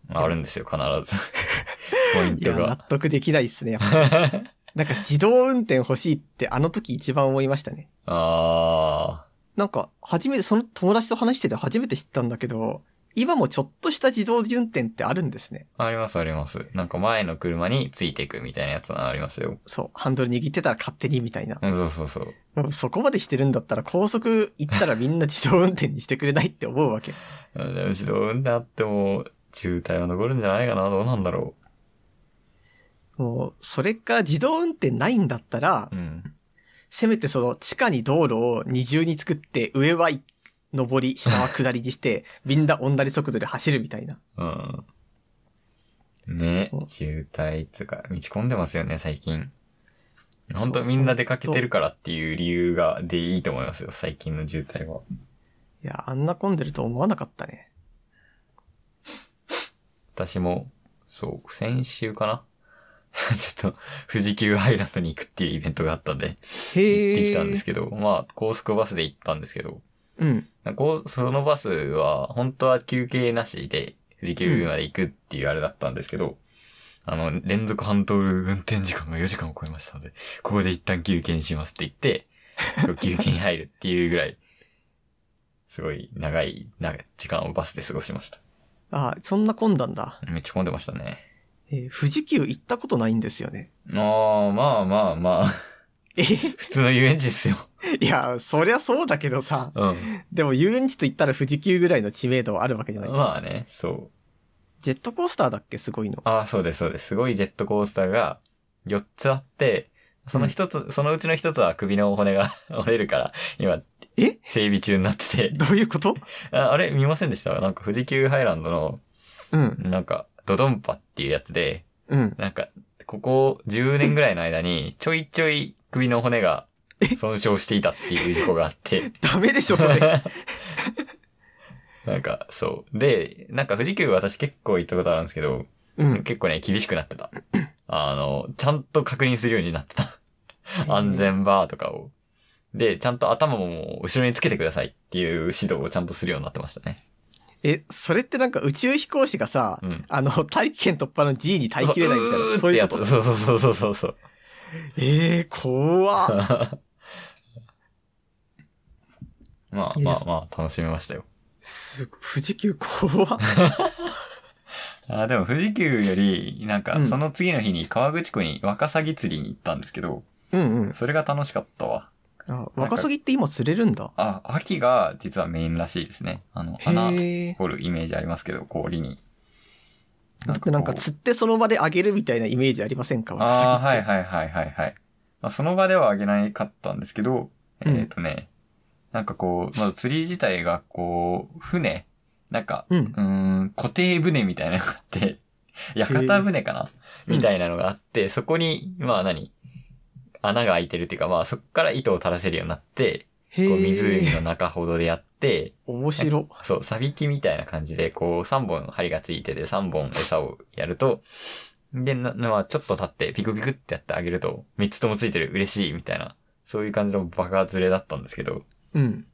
Speaker 2: まああるんですよ、必ず。 ポイン
Speaker 1: い
Speaker 2: ト
Speaker 1: や、納
Speaker 2: が。
Speaker 1: 得できないっすね。やっぱなんか自動運転欲しいってあの時一番思いましたね。
Speaker 2: あ
Speaker 1: なんか、初めて、その友達と話してて初めて知ったんだけど、今もちょっとした自動運転ってあるんですね。
Speaker 2: ー、ありますあります。なんか前の車についていくみたいなやつがありますよ。
Speaker 1: そう、ハンドル握ってたら勝手にみたいな。
Speaker 2: うんそうそうそう。
Speaker 1: もうそこまでしてるんだったら高速行ったらみんな自動運転にしてくれないって思うわけ。
Speaker 2: あでも自動運転あっても、渋滞は残るんじゃないかなどうなんだろ
Speaker 1: もう、それか自動運転ないんだったら
Speaker 2: う。う、ん。
Speaker 1: せめてその地下に道路を二重に作って上は上り、下は下りにして、みんな同じ速度で走るみたいな。
Speaker 2: うん。ね
Speaker 1: お、
Speaker 2: 渋滞つうか、道込んでますよね、最近。ほんとみんな出かけてるからっていう理由が、でいいと思いますよ、最近の渋滞は。
Speaker 1: いや、あんな混んでると思わなかったね。
Speaker 2: 私も、そう、先週かな ちょっと、富士急ハイランドに行くっていうイベントがあったんで、行って
Speaker 1: へえ。
Speaker 2: きたんですけど、まあ、高速バスで行ったんですけど、
Speaker 1: うん。
Speaker 2: こう、そのバスは、本当は休憩なしで、富士急まで行くっていうあれだったんですけど、あの、連続半島運転時間が4時間を超えましたので、ここで一旦休憩にしますって言って、こう休憩に入るっていうぐらい、すごい長い、な時間をバスで過ごしました。
Speaker 1: あ、そんな混んだんだ。
Speaker 2: めっちゃ混んでましたね。
Speaker 1: えー富士急行ったことないんですよね。
Speaker 2: ああ、まあまあまあ。
Speaker 1: え
Speaker 2: 普通の遊園地っすよ。
Speaker 1: いや、そりゃそうだけどさ、
Speaker 2: うん。
Speaker 1: でも遊園地と言ったら富士急ぐらいの知名度はあるわけじゃないですか。
Speaker 2: まあね、そう。
Speaker 1: ジェットコースターだっけすごいの。
Speaker 2: ああ、そうです、そうです。すごいジェットコースターが4つあって、その一つ、そのうちの一つは首の骨が 折れるから、今、
Speaker 1: え
Speaker 2: 整備中になってて。
Speaker 1: どういうこと
Speaker 2: ああれ見ませんでしたなんか富士急ハイランドの、
Speaker 1: うん、
Speaker 2: なんか、ドドンパっていうやつで、
Speaker 1: うん。
Speaker 2: なんか、ここ10年ぐらいの間に、ちょいちょい首の骨が損傷していたっていう事故があ って。
Speaker 1: ダメでしょ、それ。
Speaker 2: なんか、そう。で、なんか富士急私結構行ったことあるんですけど、
Speaker 1: うん。
Speaker 2: 結構ね、厳しくなってた。あの、ちゃんと確認するようになってた。安全バーとかを。で、ちゃんと頭ももう後ろにつけてくださいっていう指導をちゃんとするようになってましたね。
Speaker 1: え、それってなんか宇宙飛行士がさ、
Speaker 2: うん。
Speaker 1: あの、大気圏突破の G に耐えきれないみたいな、そういうこと
Speaker 2: ってやつそうそうそうそうそう。
Speaker 1: ええー、怖 っ
Speaker 2: まあ
Speaker 1: いい
Speaker 2: ま
Speaker 1: で
Speaker 2: あ
Speaker 1: す
Speaker 2: まあ、楽しみましたよ。
Speaker 1: すごい、富士急怖っ
Speaker 2: あでも富士急より、なん
Speaker 1: う
Speaker 2: か
Speaker 1: ん
Speaker 2: その次の日に川口湖にワカサギ釣りに行ったんですけど、
Speaker 1: うんうん。
Speaker 2: それが楽しかったわ。
Speaker 1: あ、ワカサギって今釣れるんだ。
Speaker 2: あ、秋が実はメインらしいですね。あの、花
Speaker 1: へえ。
Speaker 2: 掘るイメージありますけど、氷に。
Speaker 1: 僕なんか
Speaker 2: こう
Speaker 1: 釣ってその場であげるみたいなイメージありませんかワカサギ
Speaker 2: ああ、はいはいはいはいはい。まあ、その場ではあげないかったんですけど、え
Speaker 1: う
Speaker 2: っ、
Speaker 1: ん
Speaker 2: とね、なんかこう、まず釣り自体がこう、船なんか、
Speaker 1: うん
Speaker 2: う。ーん、固定船みたいなのがあって、 屋形船かな
Speaker 1: うん
Speaker 2: みたいなのがあって、そこに、まあ何穴が開いてるっていうか、まあそこから糸を垂らせるようになって、こう
Speaker 1: へ
Speaker 2: 湖
Speaker 1: え。
Speaker 2: の中ほどでやって、
Speaker 1: 面白。
Speaker 2: そう、サビキみたいな感じで、こう、3本針がついてて、3本餌をやると、で、な、まあ、ちょっと立って、ピクピクってやってあげると、3つともついてる、嬉しい、みたいな、そういう感じのバカズレだったんですけど、
Speaker 1: うん。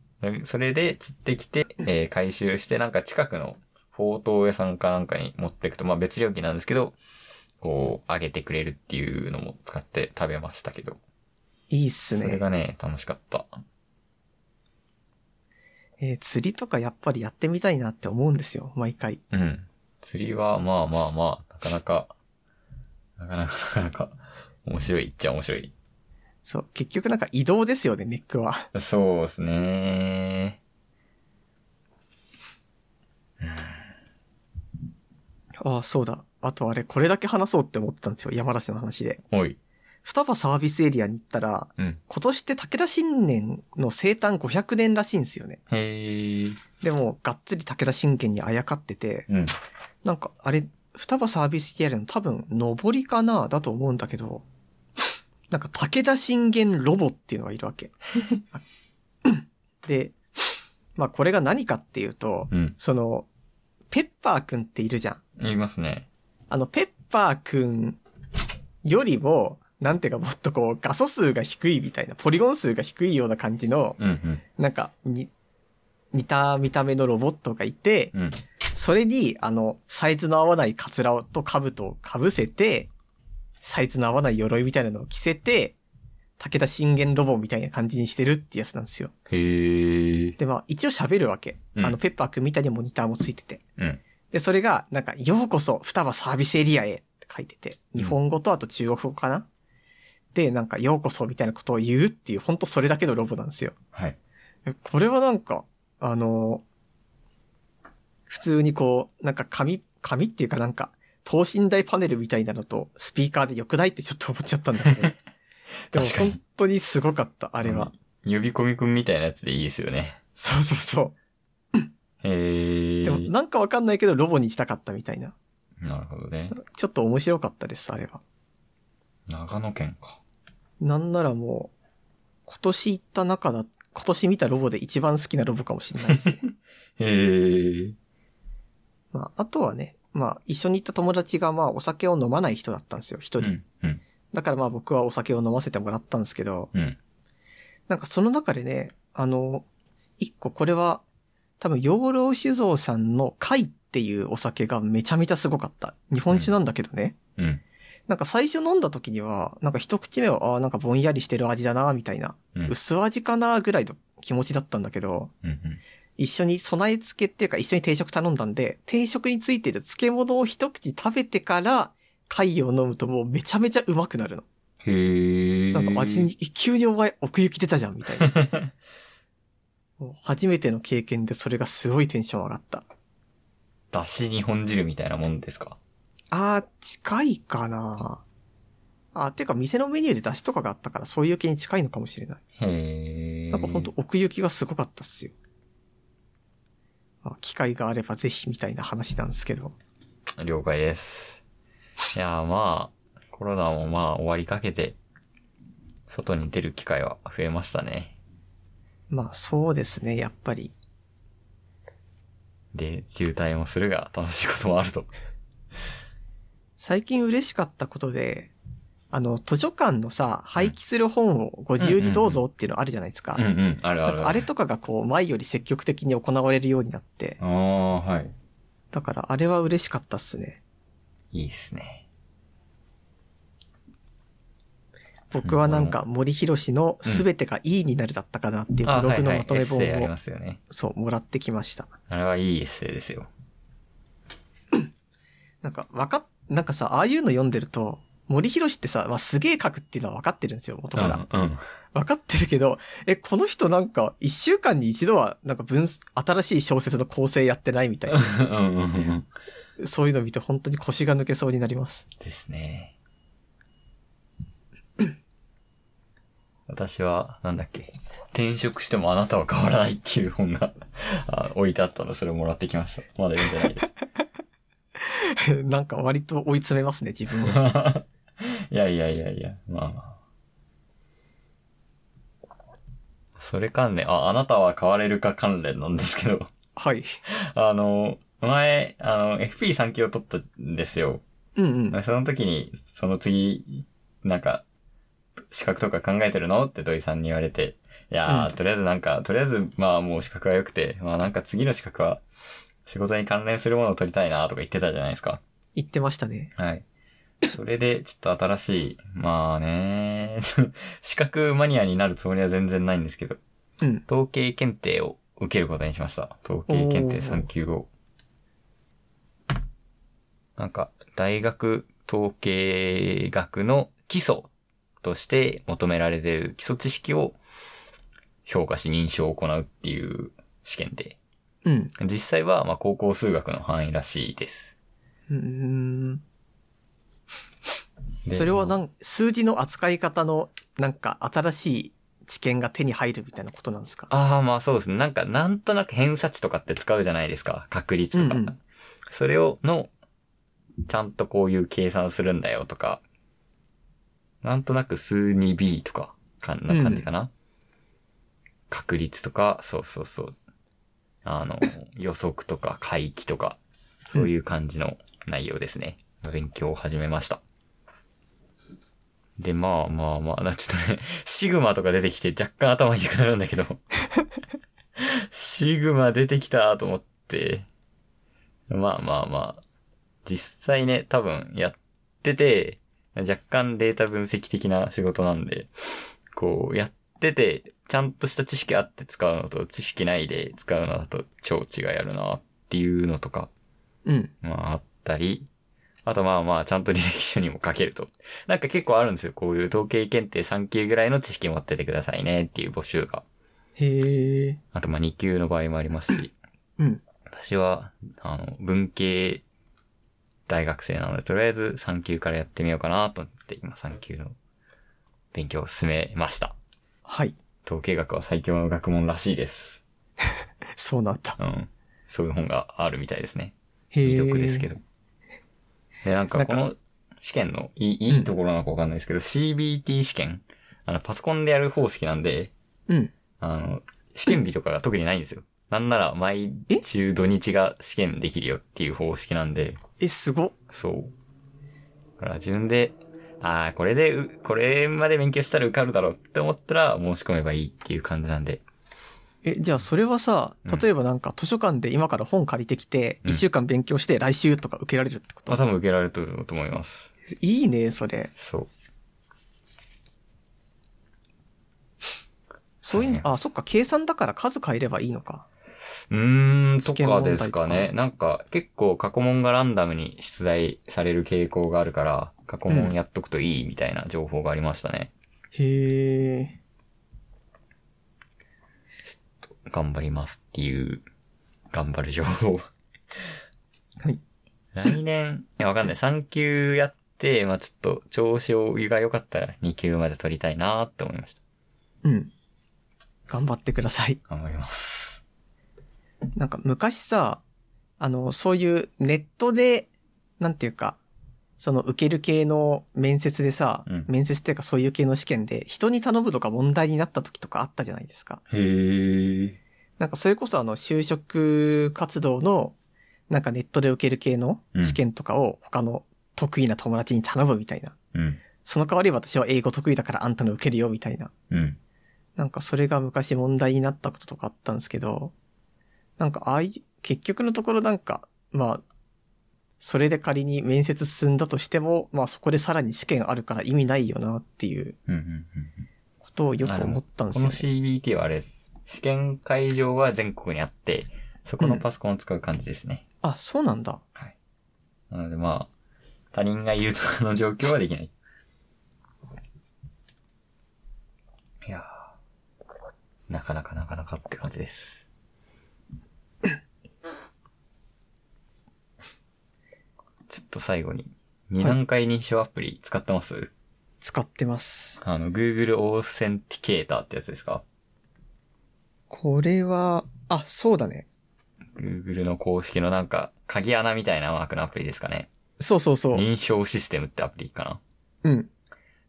Speaker 2: それで釣ってきて、えー回収して、なんか近くの、宝刀屋さんかなんかに持ってくと、まあ別料金なんですけど、こう、あげてくれるっていうのも使って食べましたけど、
Speaker 1: いいっす
Speaker 2: それ
Speaker 1: ね。
Speaker 2: がね、楽しかった。
Speaker 1: えー釣りとかやっぱりやってみたいなって思うんですよ、毎回。
Speaker 2: うん。釣りは、まあまあまあ、なかなか、なかなかなかなか、面白いっちゃ面白い。
Speaker 1: そう、結局なんか移動ですよね、ネックは。
Speaker 2: そうですね。
Speaker 1: ああ、そうだ。あとあれ、これだけ話そうって思ってたんですよ、山梨の話で。
Speaker 2: おい。
Speaker 1: 双葉サービスエリアに行ったら、
Speaker 2: うん。
Speaker 1: 今年って武田信玄の生誕500年らしいんですよね。
Speaker 2: へー。
Speaker 1: でも、がっつり武田信玄にあやかってて、
Speaker 2: うん。
Speaker 1: なんかあれ、双葉サービスエリアの多分、上りかなだと思うんだけど、 なんか武田信玄ロボっていうのがいるわけ。で、まあこれが何かっていうと、
Speaker 2: うん。
Speaker 1: その、ペッパーくんっているじゃん。
Speaker 2: 言いますね。
Speaker 1: あの、ペッパーくんよりも、なんていうかもっとこう、画素数が低いみたいな、ポリゴン数が低いような感じの、
Speaker 2: うん、
Speaker 1: なんか、に、似た見た目のロボットがいて、
Speaker 2: うん。うん。
Speaker 1: それに、あの、サイズの合わないカツラと兜を被せて、サイズの合わない鎧みたいなのを着せて、武田信玄ロボみたいな感じにしてるってやつなんですよ。
Speaker 2: へー。
Speaker 1: で、まあ、一応喋るわけ。
Speaker 2: うん
Speaker 1: あの、ペッパーくんみたいにモニターもついてて。
Speaker 2: うん
Speaker 1: で、それが、なんか、ようこそ、双葉サービスエリアへって書いてて、
Speaker 2: う
Speaker 1: 日
Speaker 2: ん
Speaker 1: 本語とあと中国語かな、で、なんか、ようこそみたいなことを言うっていう、ほんとそれだけのロボなんですよ。
Speaker 2: はい。
Speaker 1: これはなんか、あの、普通にこう、なんか紙、紙っていうかなんか、等身大パネルみたいなのと、スピーカーで良くないってちょっと思っちゃったんだけど。でも
Speaker 2: 確かに
Speaker 1: 本当にすごかった、あ
Speaker 2: あ
Speaker 1: れは。。
Speaker 2: 呼び込みくんみたいなやつでいいですよね。
Speaker 1: そうそうそう。
Speaker 2: へー。
Speaker 1: でも、なんかわかんないけど、ロボにしたかったみたいな。
Speaker 2: なるほどね。
Speaker 1: ちょっと面白かったです、あれは。
Speaker 2: 長野県か。
Speaker 1: なんならもう、今年行った中だ、今年見たロボで一番好きなロボかもしれないです。
Speaker 2: へー。
Speaker 1: まあ、あとはね、まあ、一緒に行った友達が、まあ、お酒を飲まない人だったんですよ、一
Speaker 2: う
Speaker 1: 人。
Speaker 2: ん。うん。
Speaker 1: だからまあ、僕はお酒を飲ませてもらったんですけど、
Speaker 2: うん。
Speaker 1: なんかその中でね、あの、一個これは、多分、養老酒造さんの貝っていうお酒がめちゃめちゃすごかった。日本酒なんだけどね。
Speaker 2: うん。
Speaker 1: なんか最初飲んだ時には、なんか一口目は、ああー、なんかぼんやりしてる味だな、みたいな、
Speaker 2: うん。
Speaker 1: 薄味かな、ぐらいの気持ちだったんだけど、
Speaker 2: うん。
Speaker 1: 一緒に備え付けっていうか一緒に定食頼んだんで、定食についてる漬物を一口食べてから、貝を飲むともうめちゃめちゃうまくなるの。
Speaker 2: へえ。
Speaker 1: なんか街 に、急にお前奥行き出たじゃん、みたいな。もう初めての経験でそれがすごいテンション上がった。
Speaker 2: だし日本汁みたいなもんですか
Speaker 1: あー、近いかなあ、てか店のメニューで出汁とかがあったからそういう系に近いのかもしれない。
Speaker 2: へえ。
Speaker 1: なんかほんと奥行きがすごかったっすよ。まあ、機会があればぜひみたいな話なんですけど。
Speaker 2: 了解です。いやーまあ、コロナもまあ終わりかけて、外に出る機会は増えましたね。
Speaker 1: まあそうですね、やっぱり。
Speaker 2: で、渋滞もするが楽しいこともあると。
Speaker 1: 最近嬉しかったことで、あの、図書館のさ、廃棄する本をご自由にどうぞっていうのあるじゃないですか。
Speaker 2: うんうん、あるあ
Speaker 1: なん
Speaker 2: る。
Speaker 1: かあれとかがこう、前より積極的に行われるようになって、
Speaker 2: ああ、はい。
Speaker 1: だからあれは嬉しかったっすね。
Speaker 2: いいっすね。
Speaker 1: 僕はなんか森博氏のすべてがいいになるだったかなっていうブログのまと
Speaker 2: エ
Speaker 1: め
Speaker 2: ッ
Speaker 1: 本
Speaker 2: セイあり
Speaker 1: を
Speaker 2: ま、すよね。
Speaker 1: そう、もらってきました。
Speaker 2: あれはいいエッセイですよ。
Speaker 1: なんか、わかっ、なんかさ、ああいうの読んでると、森博氏ってさ、まあ、すげえ書くっていうのは分かってるんですよ、元から。
Speaker 2: うん、うん。
Speaker 1: 分かってるけど、え、この人なんか、一週間に一度は、なんか文、新しい小説の構成やってないみたいな、
Speaker 2: うんうんうんうん。
Speaker 1: そういうの見て本当に腰が抜けそうになります。
Speaker 2: ですね。 私は、なんだっけ。転職してもあなたは変わらないっていう本が あ置いてあったの、それをもらってきました。まだ読んでないです。
Speaker 1: なんか割と追い詰めますね、自分 を。
Speaker 2: いやいやいやいや、まあまあ。それ関連、あ、あなたは変われるか関連なんですけど、
Speaker 1: はい。
Speaker 2: あの、前、あの、FP3 級を取ったんですよ。
Speaker 1: うんうん。
Speaker 2: その時に、その次、なんか、資格とか考えてるのって土井さんに言われて、いやー、
Speaker 1: うん
Speaker 2: とりあえずなんか、とりあえず、まあもう資格は良くて、まあなんか次の資格は、仕事に関連するものを取りたいなとか言ってたじゃないですか。
Speaker 1: 言ってましたね。
Speaker 2: はい。それで、ちょっと新しい、まあね 資格マニアになるつもりは全然ないんですけど、
Speaker 1: うん。
Speaker 2: 統計検定を受けることにしました。統計検定3級を。なんか、大学統計学の基礎として求められている基礎知識を評価し認証を行うっていう試験で、
Speaker 1: うん。
Speaker 2: 実際はまあ高校数学の範囲らしいです。
Speaker 1: うーん。
Speaker 2: で
Speaker 1: それはなん、数字の扱い方の、なんか新しい知見が手に入るみたいなことなんですか
Speaker 2: ああ、まあそうですね。なんか、なんとなく偏差値とかって使うじゃないですか。確率とか。
Speaker 1: うんうん
Speaker 2: それを、の、ちゃんとこういう計算するんだよとか、なんとなく数 2B とか、かんな感じかな。確率とか、そうそうそう。あの、予測とか回帰とか、そういう感じの内容ですね。勉強を始めました。で、まあまあまあ、なちょっとね、シグマとか出てきて若干頭痛くなるんだけど。シグマ出てきたと思って。まあまあまあ。実際ね、多分やってて、若干データ分析的な仕事なんで、こうやってて、ちゃんとした知識あって使うのと、知識ないで使うのだと超違いあるなっていうのとか、
Speaker 1: うん。
Speaker 2: まああったり、あとまあまあ、ちゃんと履歴書にも書けると。なんか結構あるんですよ。こういう統計検定3級ぐらいの知識持っててくださいねっていう募集が。
Speaker 1: へえ。
Speaker 2: あとまあ2級の場合もありますし。
Speaker 1: うん。
Speaker 2: 私は、あの、文系大学生なので、とりあえず3級からやってみようかなと思って、今3級の勉強を進めました。
Speaker 1: はい。
Speaker 2: 統計学は最強の学問らしいです。
Speaker 1: そうなんだ。
Speaker 2: うん。そういう本があるみたいですね。
Speaker 1: へえ。
Speaker 2: 魅力ですけど。で、なん
Speaker 1: な
Speaker 2: か
Speaker 1: んか
Speaker 2: この試験のいいいいところなのかわかんないですけど、CBT 試験。あの、パソコンでやる方式なんで、
Speaker 1: うん。
Speaker 2: あの、試験日とかが特にないんですよ。なんなら毎
Speaker 1: え
Speaker 2: 週土日が試験できるよっていう方式なんで、
Speaker 1: え、すごっ。
Speaker 2: そう。だから自分で、ああ、これでう、これまで勉強したら受かるだろうって思ったら申し込めばいいっていう感じなんで。
Speaker 1: え、じゃあそれはさ
Speaker 2: うん、
Speaker 1: 例えばなんか図書館で今から本借りてきて、
Speaker 2: うん
Speaker 1: 一週間勉強して来週とか受けられるってこと、
Speaker 2: まあ多分受けられると思います。
Speaker 1: いいね、それ。
Speaker 2: そう。
Speaker 1: そういう
Speaker 2: 確か
Speaker 1: の、あ、そっか、計算だから数変えればいいのか。
Speaker 2: うーん、と
Speaker 1: 試験
Speaker 2: か
Speaker 1: 問
Speaker 2: で
Speaker 1: 題
Speaker 2: す
Speaker 1: と
Speaker 2: か
Speaker 1: か
Speaker 2: ね。なんか、結構過去問がランダムに出題される傾向があるから、過去問やっとくといいみたいな情報がありましたね。
Speaker 1: へえ。
Speaker 2: 頑張りますっていう、頑張る情報。
Speaker 1: はい。
Speaker 2: 来年、いや、わかんない。3級やって、まあちょっと調子をが良かったら2級まで取りたいなって思いました。
Speaker 1: うん。頑張ってください。
Speaker 2: 頑張ります。
Speaker 1: なんか昔さ、あの、そういうネットで、なんていうか、その受ける系の面接でさ、
Speaker 2: うん
Speaker 1: 面接っていうかそういう系の試験で人に頼むとか問題になった時とかあったじゃないですか。
Speaker 2: へー。
Speaker 1: なんかそれこそあの就職活動のなんかネットで受ける系の試験とかを他の得意な友達に頼むみたいな。
Speaker 2: うん。
Speaker 1: その代わり私は英語得意だからあんたの受けるよみたいな。
Speaker 2: うん。
Speaker 1: なんかそれが昔問題になったこととかあったんですけど、なんかああい、結局のところなんか、まあ、それで仮に面接進んだとしても、まあそこでさらに試験あるから意味ないよなっていう
Speaker 2: うん。うん。うん。
Speaker 1: ことをよく思ったんで
Speaker 2: こ
Speaker 1: すよ、
Speaker 2: の
Speaker 1: ね。
Speaker 2: CBT はあれです。試験会場は全国にあって、そこのパソコンを使う感じですね。
Speaker 1: あ、そうなんだ。
Speaker 2: はい。なのでまあ、他人がいるとかの状況はできない。いやーなかなかなかなかって感じです。 ちょっと最後に、2段階認証アプリ使ってます、
Speaker 1: 使ってます。
Speaker 2: あの、Google Authenticator ってやつですか
Speaker 1: これは、あ、そうだね。
Speaker 2: Google の公式のなんか、鍵穴みたいなマークのアプリですかね。
Speaker 1: そうそうそう。
Speaker 2: 認証システムってアプリかな。
Speaker 1: うん。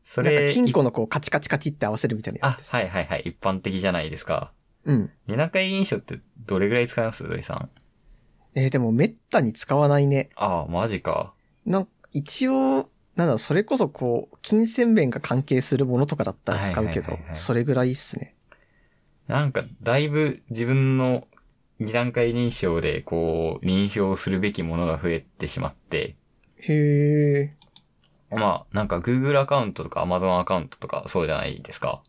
Speaker 2: そ
Speaker 1: なんか
Speaker 2: れ、
Speaker 1: 金庫のこうカチカチカチって合わせるみたいなや
Speaker 2: あ
Speaker 1: つで、す。
Speaker 2: はいはいはい、一般的じゃないですか。
Speaker 1: うん。
Speaker 2: 二段階認証ってどれぐらい使います土井さん。
Speaker 1: えーでもめったに使わないね。
Speaker 2: ああ、マジか。
Speaker 1: なんか一応、なんだ、それこそこう、金銭面が関係するものとかだったら使うけ
Speaker 2: は
Speaker 1: ど
Speaker 2: いはいはいは、い
Speaker 1: それぐらいっすね。
Speaker 2: なんか、だいぶ自分の二段階認証で、こう、認証するべきものが増えてしまって、
Speaker 1: へえ。
Speaker 2: まあ、なんか Google アカウントとか Amazon アカウントとかそうじゃないですか。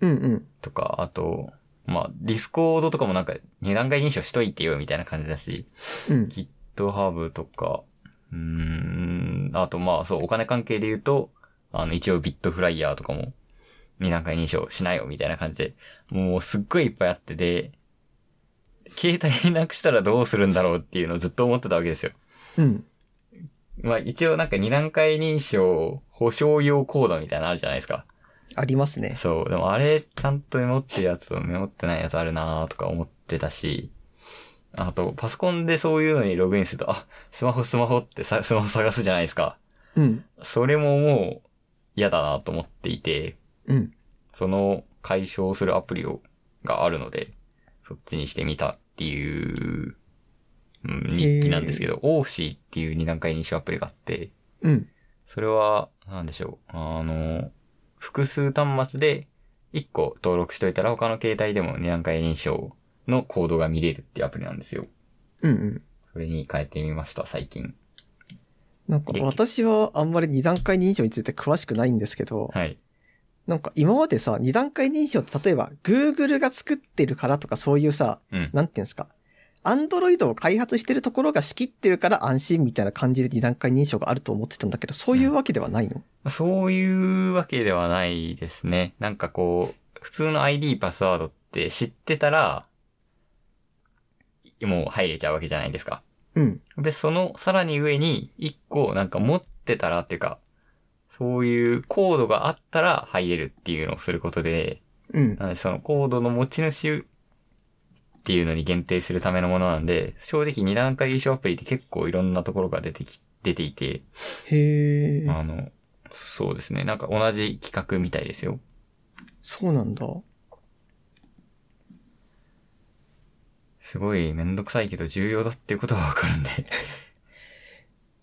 Speaker 1: うんうん。
Speaker 2: とか、あと、まあ、ディスコードとかもなんか二段階認証しといてよみたいな感じだし、
Speaker 1: うん。
Speaker 2: GitHub とか、うーん、あとまあそう、お金関係で言うと、あの一応ビットフライヤーとかも、二段階認証しないよみたいな感じで、もうすっごいいっぱいあってで、携帯なくしたらどうするんだろうっていうのをずっと思ってたわけですよ。
Speaker 1: うん。
Speaker 2: まあ一応なんか二段階認証保証用コードみたいなのあるじゃないですか。
Speaker 1: ありますね。
Speaker 2: そう。でもあれ、ちゃんとメモってるやつとメモってないやつあるなーとか思ってたし、あと、パソコンでそういうのにログインすると、あ、スマホスマホってさスマホ探すじゃないですか。
Speaker 1: うん。
Speaker 2: それももう嫌だなと思っていて、
Speaker 1: うん。
Speaker 2: その解消するアプリを、があるので、そっちにしてみたっていう、うん、日記なんですけど、オーシーっていう二段階認証アプリがあって、
Speaker 1: うん。
Speaker 2: それは、なんでしょう。あの、複数端末で1個登録しといたら他の携帯でも2段階認証のコードが見れるっていうアプリなんですよ。
Speaker 1: うんうん。
Speaker 2: それに変えてみました、最近。
Speaker 1: なんか私はあんまり二段階認証について詳しくないんですけど、
Speaker 2: はい。
Speaker 1: なんか今までさ、二段階認証って例えば Google が作ってるからとかそういうさ、
Speaker 2: うん。
Speaker 1: なんていうんですか。Android を開発してるところが仕切ってるから安心みたいな感じで二段階認証があると思ってたんだけど、そういうわけではないの、
Speaker 2: そういうわけではないですね。なんかこう、普通の ID パスワードって知ってたら、もう入れちゃうわけじゃないですか。
Speaker 1: うん。
Speaker 2: で、そのさらに上に、一個なんか持ってたらっていうか、そういうコードがあったら入れるっていうのをすることで、
Speaker 1: うん。
Speaker 2: なのでそのコードの持ち主っていうのに限定するためのものなんで、正直二段階優勝アプリって結構いろんなところが出てき、出ていて、
Speaker 1: へえ。
Speaker 2: あの、そうですね。なんか同じ企画みたいですよ。
Speaker 1: そうなんだ。
Speaker 2: すごいめんどくさいけど重要だっていうことがわかるんで。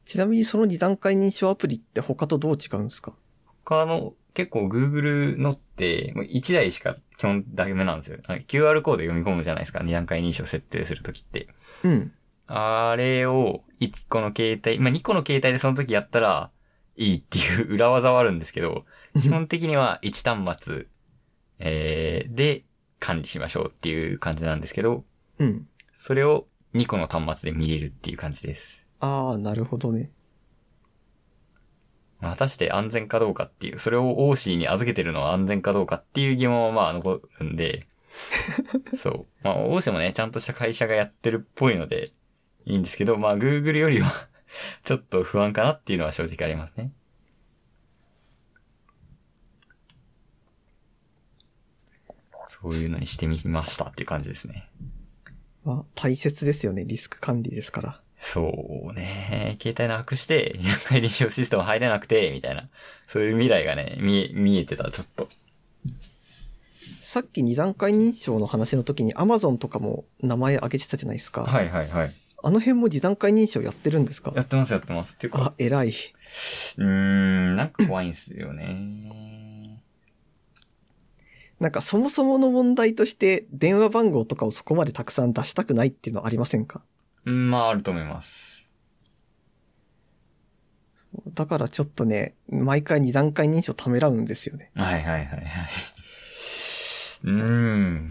Speaker 1: ちなみにその二段階認証アプリって他とどう違うんですか
Speaker 2: 他の、結構 Google のって、もう1台しか基本ダメなんですよ。あの QR コード読み込むじゃないですか。2段階認証設定するときって。
Speaker 1: うん。
Speaker 2: あれを1個の携帯、まあ、2個の携帯でその時やったらいいっていう裏技はあるんですけど、基本的には1端末、えー、で管理しましょうっていう感じなんですけど、
Speaker 1: うん。
Speaker 2: それを2個の端末で見れるっていう感じです。
Speaker 1: ああ、なるほどね。
Speaker 2: ま果たして安全かどうかっていう、それをオーシーに預けてるのは安全かどうかっていう疑問はまあ残るんで、そう。まあ、オーシーもね、ちゃんとした会社がやってるっぽいので、いいんですけど、まあ、Google よりは、 ちょっと不安かなっていうのは正直ありますね。そういうのにしてみましたっていう感じですね。
Speaker 1: まあ、大切ですよね。リスク管理ですから。
Speaker 2: そうね。 携帯なくして、2回認証システム入れなくて、みたいな。そういう未来がね、見え、見えてた、ちょっと。
Speaker 1: さっき二段階認証の話の時に Amazon とかも名前挙げてたじゃないですか。
Speaker 2: はいはいはい。
Speaker 1: あの辺も二段階認証やってるんですか
Speaker 2: やってますやってます。っていう
Speaker 1: あ
Speaker 2: か、、
Speaker 1: 偉い。
Speaker 2: うーん、なんか怖いんすよね。
Speaker 1: なんかそもそもの問題として電話番号とかをそこまでたくさん出したくないっていうのはありませんか
Speaker 2: うん、まあ、あると思います。
Speaker 1: だからちょっとね、毎回二段階認証ためらうんですよね。
Speaker 2: はいはいはいはい。うーん。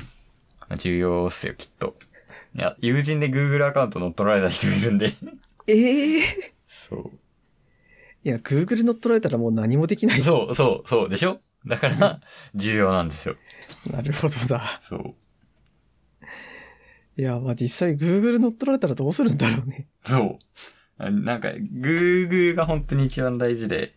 Speaker 2: 重要っすよ、きっと。いや、友人で Google アカウント乗っ取られた人いるんで。
Speaker 1: ええ
Speaker 2: そう。
Speaker 1: いや、Google 乗っ取られたらもう何もできない。
Speaker 2: そう、そう、そう、でしょだから、重要 なんですよ。
Speaker 1: なるほどだ。
Speaker 2: そう。
Speaker 1: いや、まあ実際 Google 乗っ取られたらどうするんだろうね。
Speaker 2: そう。あなんか、Google が本当に一番大事で、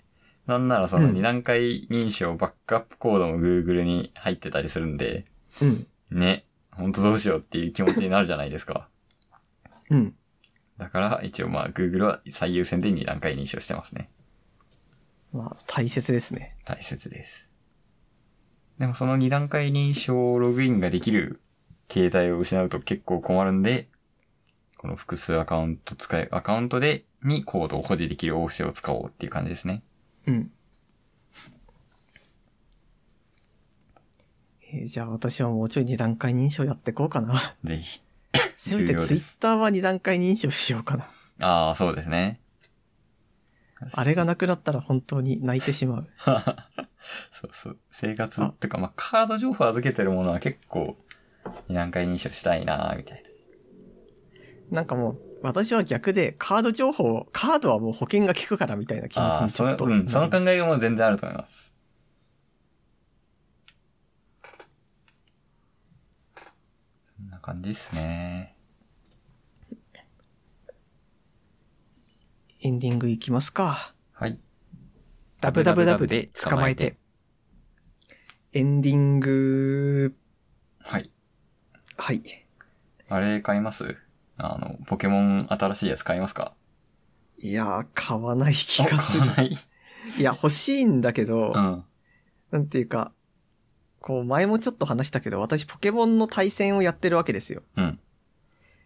Speaker 2: なんならそうの
Speaker 1: ん
Speaker 2: 二段階認証、バックアップコードも Google に入ってたりするんで、
Speaker 1: うん。
Speaker 2: ね、本当どうしようっていう気持ちになるじゃないですか。
Speaker 1: うん。
Speaker 2: だから、一応まあ Google は最優先で二段階認証してますね。
Speaker 1: まあ大切ですね。
Speaker 2: 大切です。でもその二段階認証ログインができる携帯を失うと結構困るんで、この複数アカウント使い、アカウントで、にコードを保持できるオフシを使おうっていう感じですね。
Speaker 1: うん。えーじゃあ私はもうちょい二段階認証やってこうかな。
Speaker 2: ぜひ。
Speaker 1: せめて
Speaker 2: 重要です
Speaker 1: Twitter は二段階認証しようかな。
Speaker 2: ああ、そうですね。
Speaker 1: あれがなくなったら本当に泣いてしまう。
Speaker 2: そうそう。生活っていうか、まあ、カード情報預けてるものは結構、二段階認証したいなーみたい
Speaker 1: なんかもう、私は逆でカード情報を、カードはもう保険が効くからみたいな気
Speaker 2: な。
Speaker 1: 持ち
Speaker 2: ああー、
Speaker 1: にち
Speaker 2: そ
Speaker 1: ょ
Speaker 2: の、
Speaker 1: っと。
Speaker 2: うん、その考えがもう全然あると思います。そんな感じですね。
Speaker 1: エンディングいきますか。
Speaker 2: はい。
Speaker 1: ダブダブダブで捕まえて。。エンディング、
Speaker 2: はい。
Speaker 1: はい。
Speaker 2: あれ買いますあの、ポケモン新しいやつ買いますか
Speaker 1: いやー、買わない気がす
Speaker 2: お買
Speaker 1: る
Speaker 2: わ。ない。
Speaker 1: いや、欲しいんだけど、
Speaker 2: うん。
Speaker 1: なんていうか、こう前もちょっと話したけど、私ポケモンの対戦をやってるわけですよ。
Speaker 2: うん。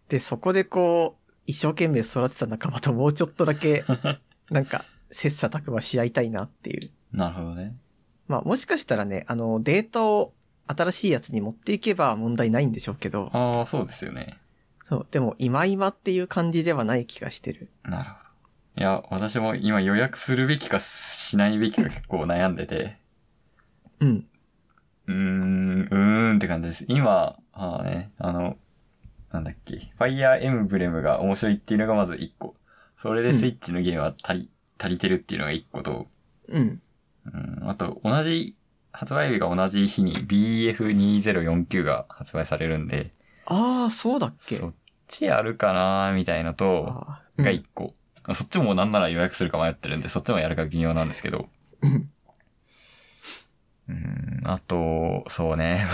Speaker 1: で、そこでこう、一生懸命育てた仲間ともうちょっとだ け、なんか、切磋琢磨し合いたいなっていう。
Speaker 2: なるほどね。
Speaker 1: まあもしかしたらね、あの、データを新しいやつに持っていけば問題ないんでしょうけど、
Speaker 2: ああ、そうですよね。
Speaker 1: そう、でも今今っていう感じではない気がしてる。
Speaker 2: なるほど。いや、私も今予約するべきかしないべきか結構悩んでて、
Speaker 1: うん。
Speaker 2: うーん、うーんって感じです。今、あーね、あの、なんだっけ、ファイアーエムブレムが面白いっていうのがまず1個。それでスイッチのゲームは足り、足りてるっていうのが1個と、
Speaker 1: うん。
Speaker 2: うん、あと同じ、発売日が同じ日に BF2049 が発売されるんで、
Speaker 1: ああ、そうだっけ
Speaker 2: そっちやるかなーみたいのと、
Speaker 1: あー
Speaker 2: が1個。そっちもなんなら予約するか迷ってるんで、そっちもやるか微妙なんですけど、
Speaker 1: うんうん。
Speaker 2: うーん、あと、そうね。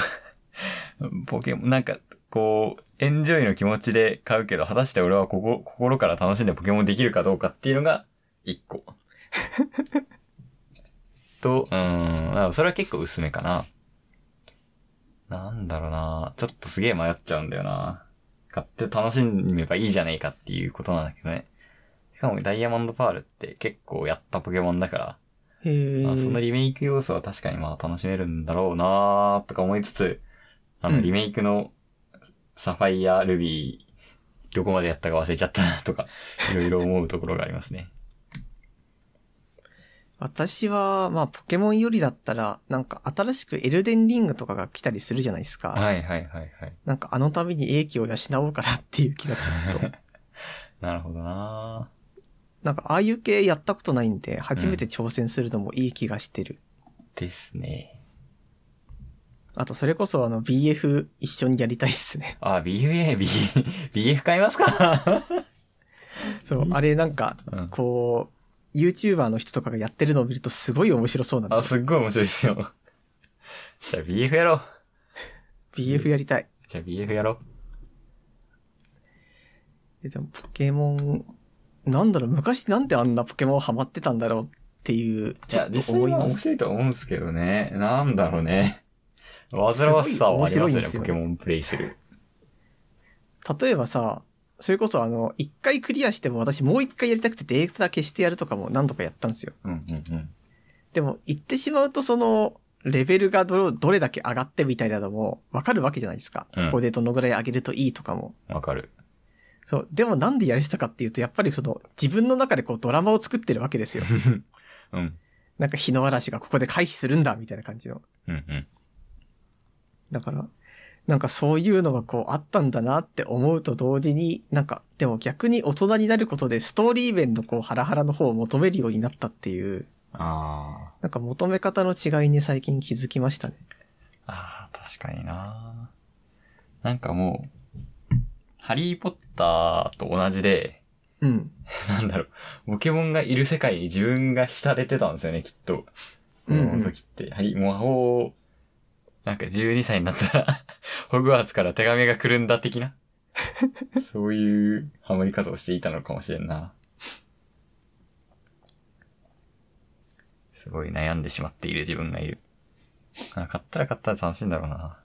Speaker 2: ポケモン、なんか、こう、エンジョイの気持ちで買うけど、果たして俺はここ心から楽しんでポケモンできるかどうかっていうのが、一個。 と、うーん、それは結構薄めかな。なんだろうなちょっとすげえ迷っちゃうんだよな買って楽しめばいいじゃねえかっていうことなんだけどね。しかもダイヤモンドパールって結構やったポケモンだから、
Speaker 1: へえ。
Speaker 2: まあ、そのリメイク要素は確かにまあ楽しめるんだろうなーとか思いつつ、あ
Speaker 1: う
Speaker 2: の、
Speaker 1: ん
Speaker 2: リメイクのサファイア、ルビー、どこまでやったか忘れちゃったな とか、いろいろ思うところがありますね。
Speaker 1: 私は、まあ、ポケモンよりだったら、なんか新しくエルデンリングとかが来たりするじゃないですか。
Speaker 2: はいはいはいはい。
Speaker 1: なんかあの 度に英気を養おうかなっていう気がちょっと。
Speaker 2: なるほどな
Speaker 1: なんか、ああいう系やったことないんで、初めて挑戦するのもいい気がしてる。
Speaker 2: ですね。
Speaker 1: あと、それこそ、あの、BF 一緒にやりたいっすね。
Speaker 2: あ、BFA、B、BF 買いますか
Speaker 1: そう、あれなんか、
Speaker 2: うん。
Speaker 1: こう、YouTuber の人とかがやってるのを見るとすごい面白そうなん
Speaker 2: あ、
Speaker 1: だ。
Speaker 2: すっごい面白いですよ。じゃあ BF やろう。
Speaker 1: BF やりたい。
Speaker 2: じゃあ BF やろう。
Speaker 1: えでも、ポケモン、なんだろう、昔なんであんなポケモンハマってたんだろうっていう、
Speaker 2: い
Speaker 1: ちょ
Speaker 2: や、
Speaker 1: っ
Speaker 2: 実
Speaker 1: と
Speaker 2: 際
Speaker 1: 思い
Speaker 2: は
Speaker 1: ま
Speaker 2: 面
Speaker 1: す。
Speaker 2: 白いと思うんですけどね。なんだろう ね。煩わしさはあり
Speaker 1: すごい面白
Speaker 2: ますよね、ポ
Speaker 1: いんですよね
Speaker 2: ケモンプレイする。
Speaker 1: 例えばさ、それこそあの、一回クリアしても私もう一回やりたくてデータ消してやるとかも何度かやったんですよ。
Speaker 2: うんうんうん。
Speaker 1: でも、言ってしまうとその、レベルがど、どれだけ上がってみたいなのも、わかるわけじゃないですか。
Speaker 2: うん
Speaker 1: ここでどのぐらい上げるといいとかも。
Speaker 2: わかる。
Speaker 1: そう。でもなんでやりしたかっていうと、やっぱりその、自分の中でこうドラマを作ってるわけですよ。
Speaker 2: うん。
Speaker 1: なんか日の嵐がここで回避するんだ、みたいな感じの。
Speaker 2: うんうん。
Speaker 1: だから、なんかそういうのがこうあったんだなって思うと同時に、なんか、でも逆に大人になることでストーリー面のこうハラハラの方を求めるようになったっていう、
Speaker 2: あ
Speaker 1: なんか求め方の違いに最近気づきましたね。
Speaker 2: あ。ああ、確かにな。なんかもう、ハリーポッターと同じで、
Speaker 1: うん。
Speaker 2: なんだろう、ポケモンがいる世界に自分が浸れてたんですよね、きっと。
Speaker 1: うんうん
Speaker 2: この時って。やはり、魔法を、なんか12歳になったら、 ホグワーツから手紙が来るんだ 的な。そういうハマり方をしていたのかもしれんな。すごい悩んでしまっている自分がいる。あ買ったら買ったら楽しいんだろうな。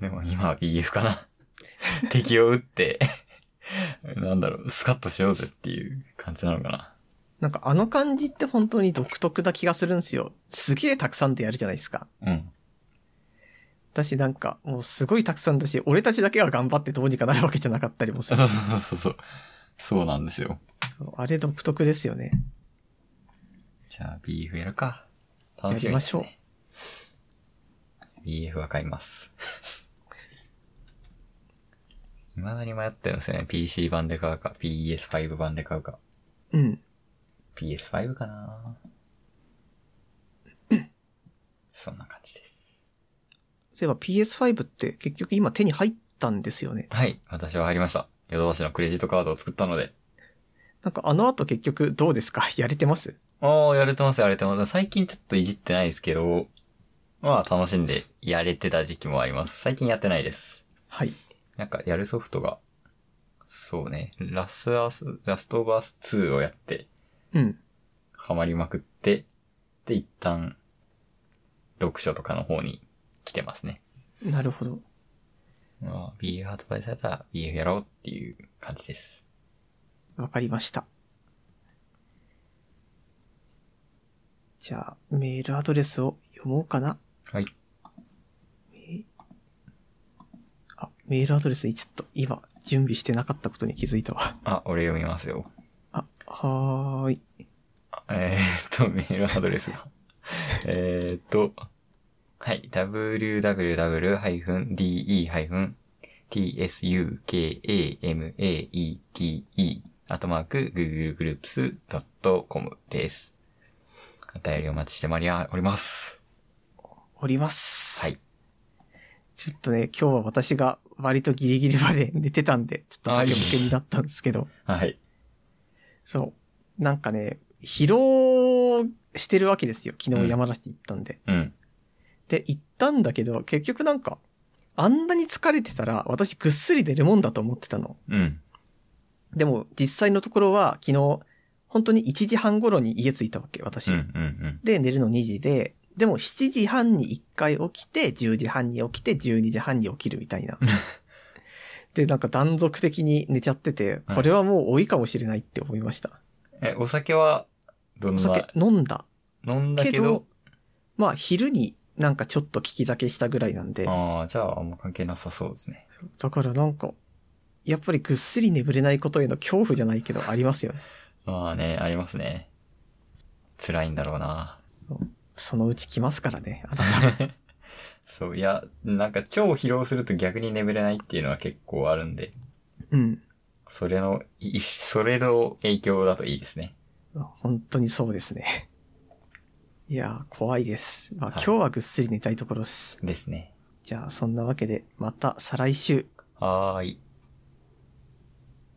Speaker 2: でも今は BF かな。 敵を撃って、なんだろう、スカッとしようぜっていう感じなのかな。
Speaker 1: なんかあの感じって本当に独特な気がするんですよ。すげえたくさんでやるじゃないですか。
Speaker 2: うん。
Speaker 1: だしなんかもうすごいたくさんだし、俺たちだけは頑張ってどうにかなるわけじゃなかったりもす
Speaker 2: そう
Speaker 1: る。
Speaker 2: そうそうそう。そうなんですよ。
Speaker 1: そうあれ独特ですよね。
Speaker 2: じゃあ BF やるか。楽
Speaker 1: 楽
Speaker 2: し
Speaker 1: し
Speaker 2: み
Speaker 1: みで
Speaker 2: で
Speaker 1: すす
Speaker 2: ね
Speaker 1: ね。
Speaker 2: BF は買います。未だに迷ってるんですよね。PC 版で買うか、PS5 版で買うか。
Speaker 1: うん。
Speaker 2: PS5 かなそんな感じです。
Speaker 1: そういえば PS5 って結局今手に入ったんですよね。
Speaker 2: はい、私は入りました。ヨドバシのクレジットカードを作ったので。
Speaker 1: なんかあの後結局どうですか やれてます
Speaker 2: ああ、やれてます、やれてます。最近ちょっといじってないですけど、まあ楽しんでやれてた時期もあります。最近やってないです。
Speaker 1: はい。
Speaker 2: なんかやるソフトが、そうね、ラスアス、ラストオブアス2をやって、
Speaker 1: うん。
Speaker 2: ハマりまくって、で、一旦、読書とかの方に来てますね。
Speaker 1: なるほど。
Speaker 2: まあ、BF 発売されたら BF やろうっていう感じです。
Speaker 1: わかりました。じゃあ、メールアドレスを読もうかな。
Speaker 2: はい。
Speaker 1: あ、メールアドレスにちょっと今準備してなかったことに気づいたわ。
Speaker 2: あ、俺読みますよ。
Speaker 1: あ、はーい。
Speaker 2: えーっと、メールアドレスが。えーっと、はい、www-de-tsukamate あとマーク googlegroups.com です。お便りお待ちしてまりゃおります。
Speaker 1: おります。
Speaker 2: はい。
Speaker 1: ちょっとね、今日は私が割とギリギリまで寝てたんで、ちょっと
Speaker 2: あ
Speaker 1: ボ
Speaker 2: いい
Speaker 1: ケボケになったんですけど、
Speaker 2: はい。
Speaker 1: そう。なんかね、疲労してるわけですよ。昨
Speaker 2: うん
Speaker 1: 日山梨行ったんで。
Speaker 2: うん。
Speaker 1: で、行ったんだけど、結局なんか、あんなに疲れてたら、私ぐっすり寝るもんだと思ってたの。
Speaker 2: うん。
Speaker 1: でも、実際のところは、昨日、本当に1時半頃に家着いたわけ、私。
Speaker 2: うん。うん。
Speaker 1: で、寝るの2時で、でも7時半に1回起きて、10時半に起きて、12時半に起きるみたいな。で、なんか断続的に寝ちゃってて、
Speaker 2: はい
Speaker 1: これはもう多いかもしれないって思いました。
Speaker 2: うん。え、お酒は、どん
Speaker 1: お
Speaker 2: な
Speaker 1: 酒、飲んだ
Speaker 2: 飲んだ
Speaker 1: け
Speaker 2: け
Speaker 1: ど
Speaker 2: ど、、
Speaker 1: まあ昼になんかちょっと聞き酒したぐらいなんで、
Speaker 2: ああ、じゃああんま関係なさそうですね。
Speaker 1: だからなんか、やっぱりぐっすり眠れないことへの恐怖じゃないけどありますよね。
Speaker 2: まあね、ありますね。辛いんだろうな。
Speaker 1: そのうち来ますからね、あなた。
Speaker 2: そう、いや、なんか超疲労すると逆に眠れないっていうのは結構あるんで、
Speaker 1: うん。
Speaker 2: それの、いそれの影響だといいですね。
Speaker 1: 本当にそうですね。 いやー、怖いです。まあ、
Speaker 2: はい
Speaker 1: 今日はぐっすり寝たいところです。
Speaker 2: ですね。
Speaker 1: じゃあ、そんなわけで、また再来週。
Speaker 2: はーい。